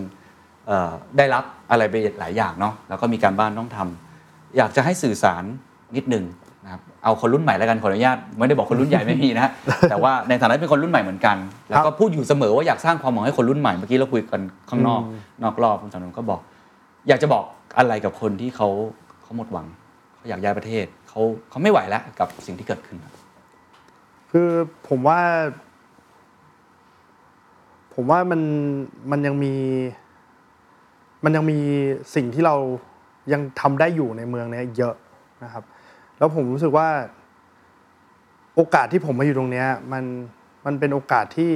เอ่อได้รับอะไรไปหลายอย่างเนาะแล้วก็มีการบ้านต้องทำอยากจะให้สื่อสารนิดหนึ่งนะครับเอาคนรุ่นใหม่แล้วกันขออนุญาตไม่ได้บอกคนรุ่นใหญ่ไม่มี นะฮะ แต่ว่าในฐานะที่เป็นคนรุ่นใหม่เหมือนกัน แล้วก็พูดอยู่เสมอว่าอยากสร้างความหวังให้คนรุ่นใหม่เมื่อกี้เราคุยกันข้างนอก
อืม
นอกรอบคุณสานนท์ก็บอก อยากจะบอกอะไรกับคนที่เขาเขาหมดหวังเขาอยากย้ายประเทศเขาเขาไม่ไหวแล้วกับสิ่งที่เกิดขึ้นครับ
คือผมว่า ผมว่ามันมันยังมี มันยังมีสิ่งที่เรายังทำได้อยู่ในเมืองเนี้ยเยอะนะครับ แล้วผมรู้สึกว่า โอกาสที่ผมมาอยู่ตรงเนี้ย มันมันเป็นโอกาสที่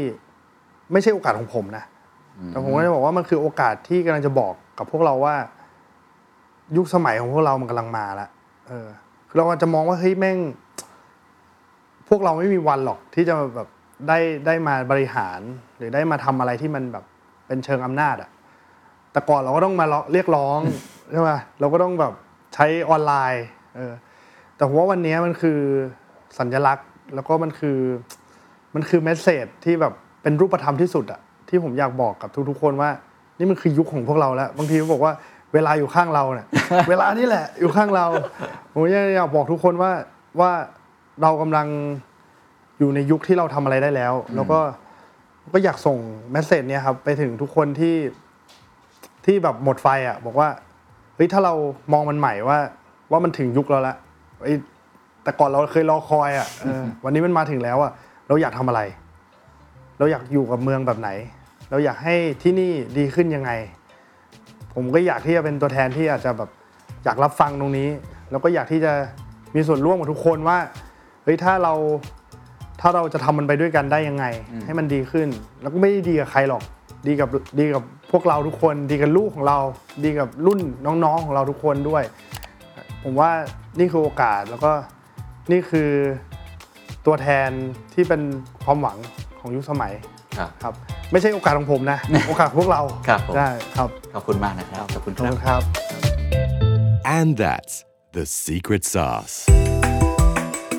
ไม่ใช่โอกาสของผมนะ แต่ผมก็จะบอกว่ามันคือโอกาสที่กำลังจะบอกกับพวกเราว่า ยุคสมัยของพวกเรามันกำลังมาละเออคือเราอาจจะมองว่าเฮ้ยแม่ง พวกเราไม่มีวันหรอกที่จะแบบได้ได้มาบริหาร หรือได้มาทำอะไรที่มันแบบเป็นเชิงอำนาจอะแต่ก่อนเราก็ต้องมาเรียกร้อง ใช่ไหมเราก็ต้องแบบใช้ออนไลน์เออแต่ผมว่าวันนี้มันคือสัญลักษณ์ แล้วก็มันคือ มันคือเมสเซจที่แบบเป็นรูปธรรมที่สุดอะที่ผมอยากบอกกับทุกๆคนว่า นี่มันคือยุคของพวกเราแล้ว บางทีเขาบอกว่าเวลาอยู่ข้างเราเนี่ย เวลานี่แหละอยู่ข้างเราผมอยากบอกทุกคนว่าว่าเรากำลังอยู่ในยุคที่เราทำอะไรได้แล้ว แล้วก็ก็อยากส่งเมสเซจเนี่ยครับไปถึงทุกคนที่ที่แบบหมดไฟอะบอกว่าเฮ้ยถ้าเรามองมันใหม่ว่า ว่ามันถึงยุคเราละไอ้ แต่ก่อนเราเคยรอคอยอ่ะเออวันนี้มันมาถึงแล้วอ่ะเราอยากทำอะไร เราอยากอยู่กับเมืองแบบไหน เราอยากให้ที่นี่ดีขึ้นยังไง ผมก็อยากที่จะเป็นตัวแทนที่อาจจะแบบอยากรับฟังตรงนี้ แล้วก็อยากที่จะมีส่วนร่วมกับทุกคนว่าเฮ้ยถ้าเราถ้าเราจะทำมันไปด้วยกันได้ยังไง ให้มันดีขึ้น แล้วก็ไม่ได้ดีกับใครหรอกดีกับดีกับพวกเราทุกคน ดีกับลูกของเรา ดีกับรุ่นน้องๆของเราทุกคนด้วย ผมว่านี่คือโอกาสแล้วก็นี่คือตัวแทนที่เป็นความหวังของยุคสมัยครับ ไม่ใช่โอกาสของผม นะ โอกาสของพวกเรา
ครับผม
ได้ครับ
ขอบคุณมากนะครับขอบคุณ
ข
ค
อบ
รับ
คุณครับ
And that's the secret sauce.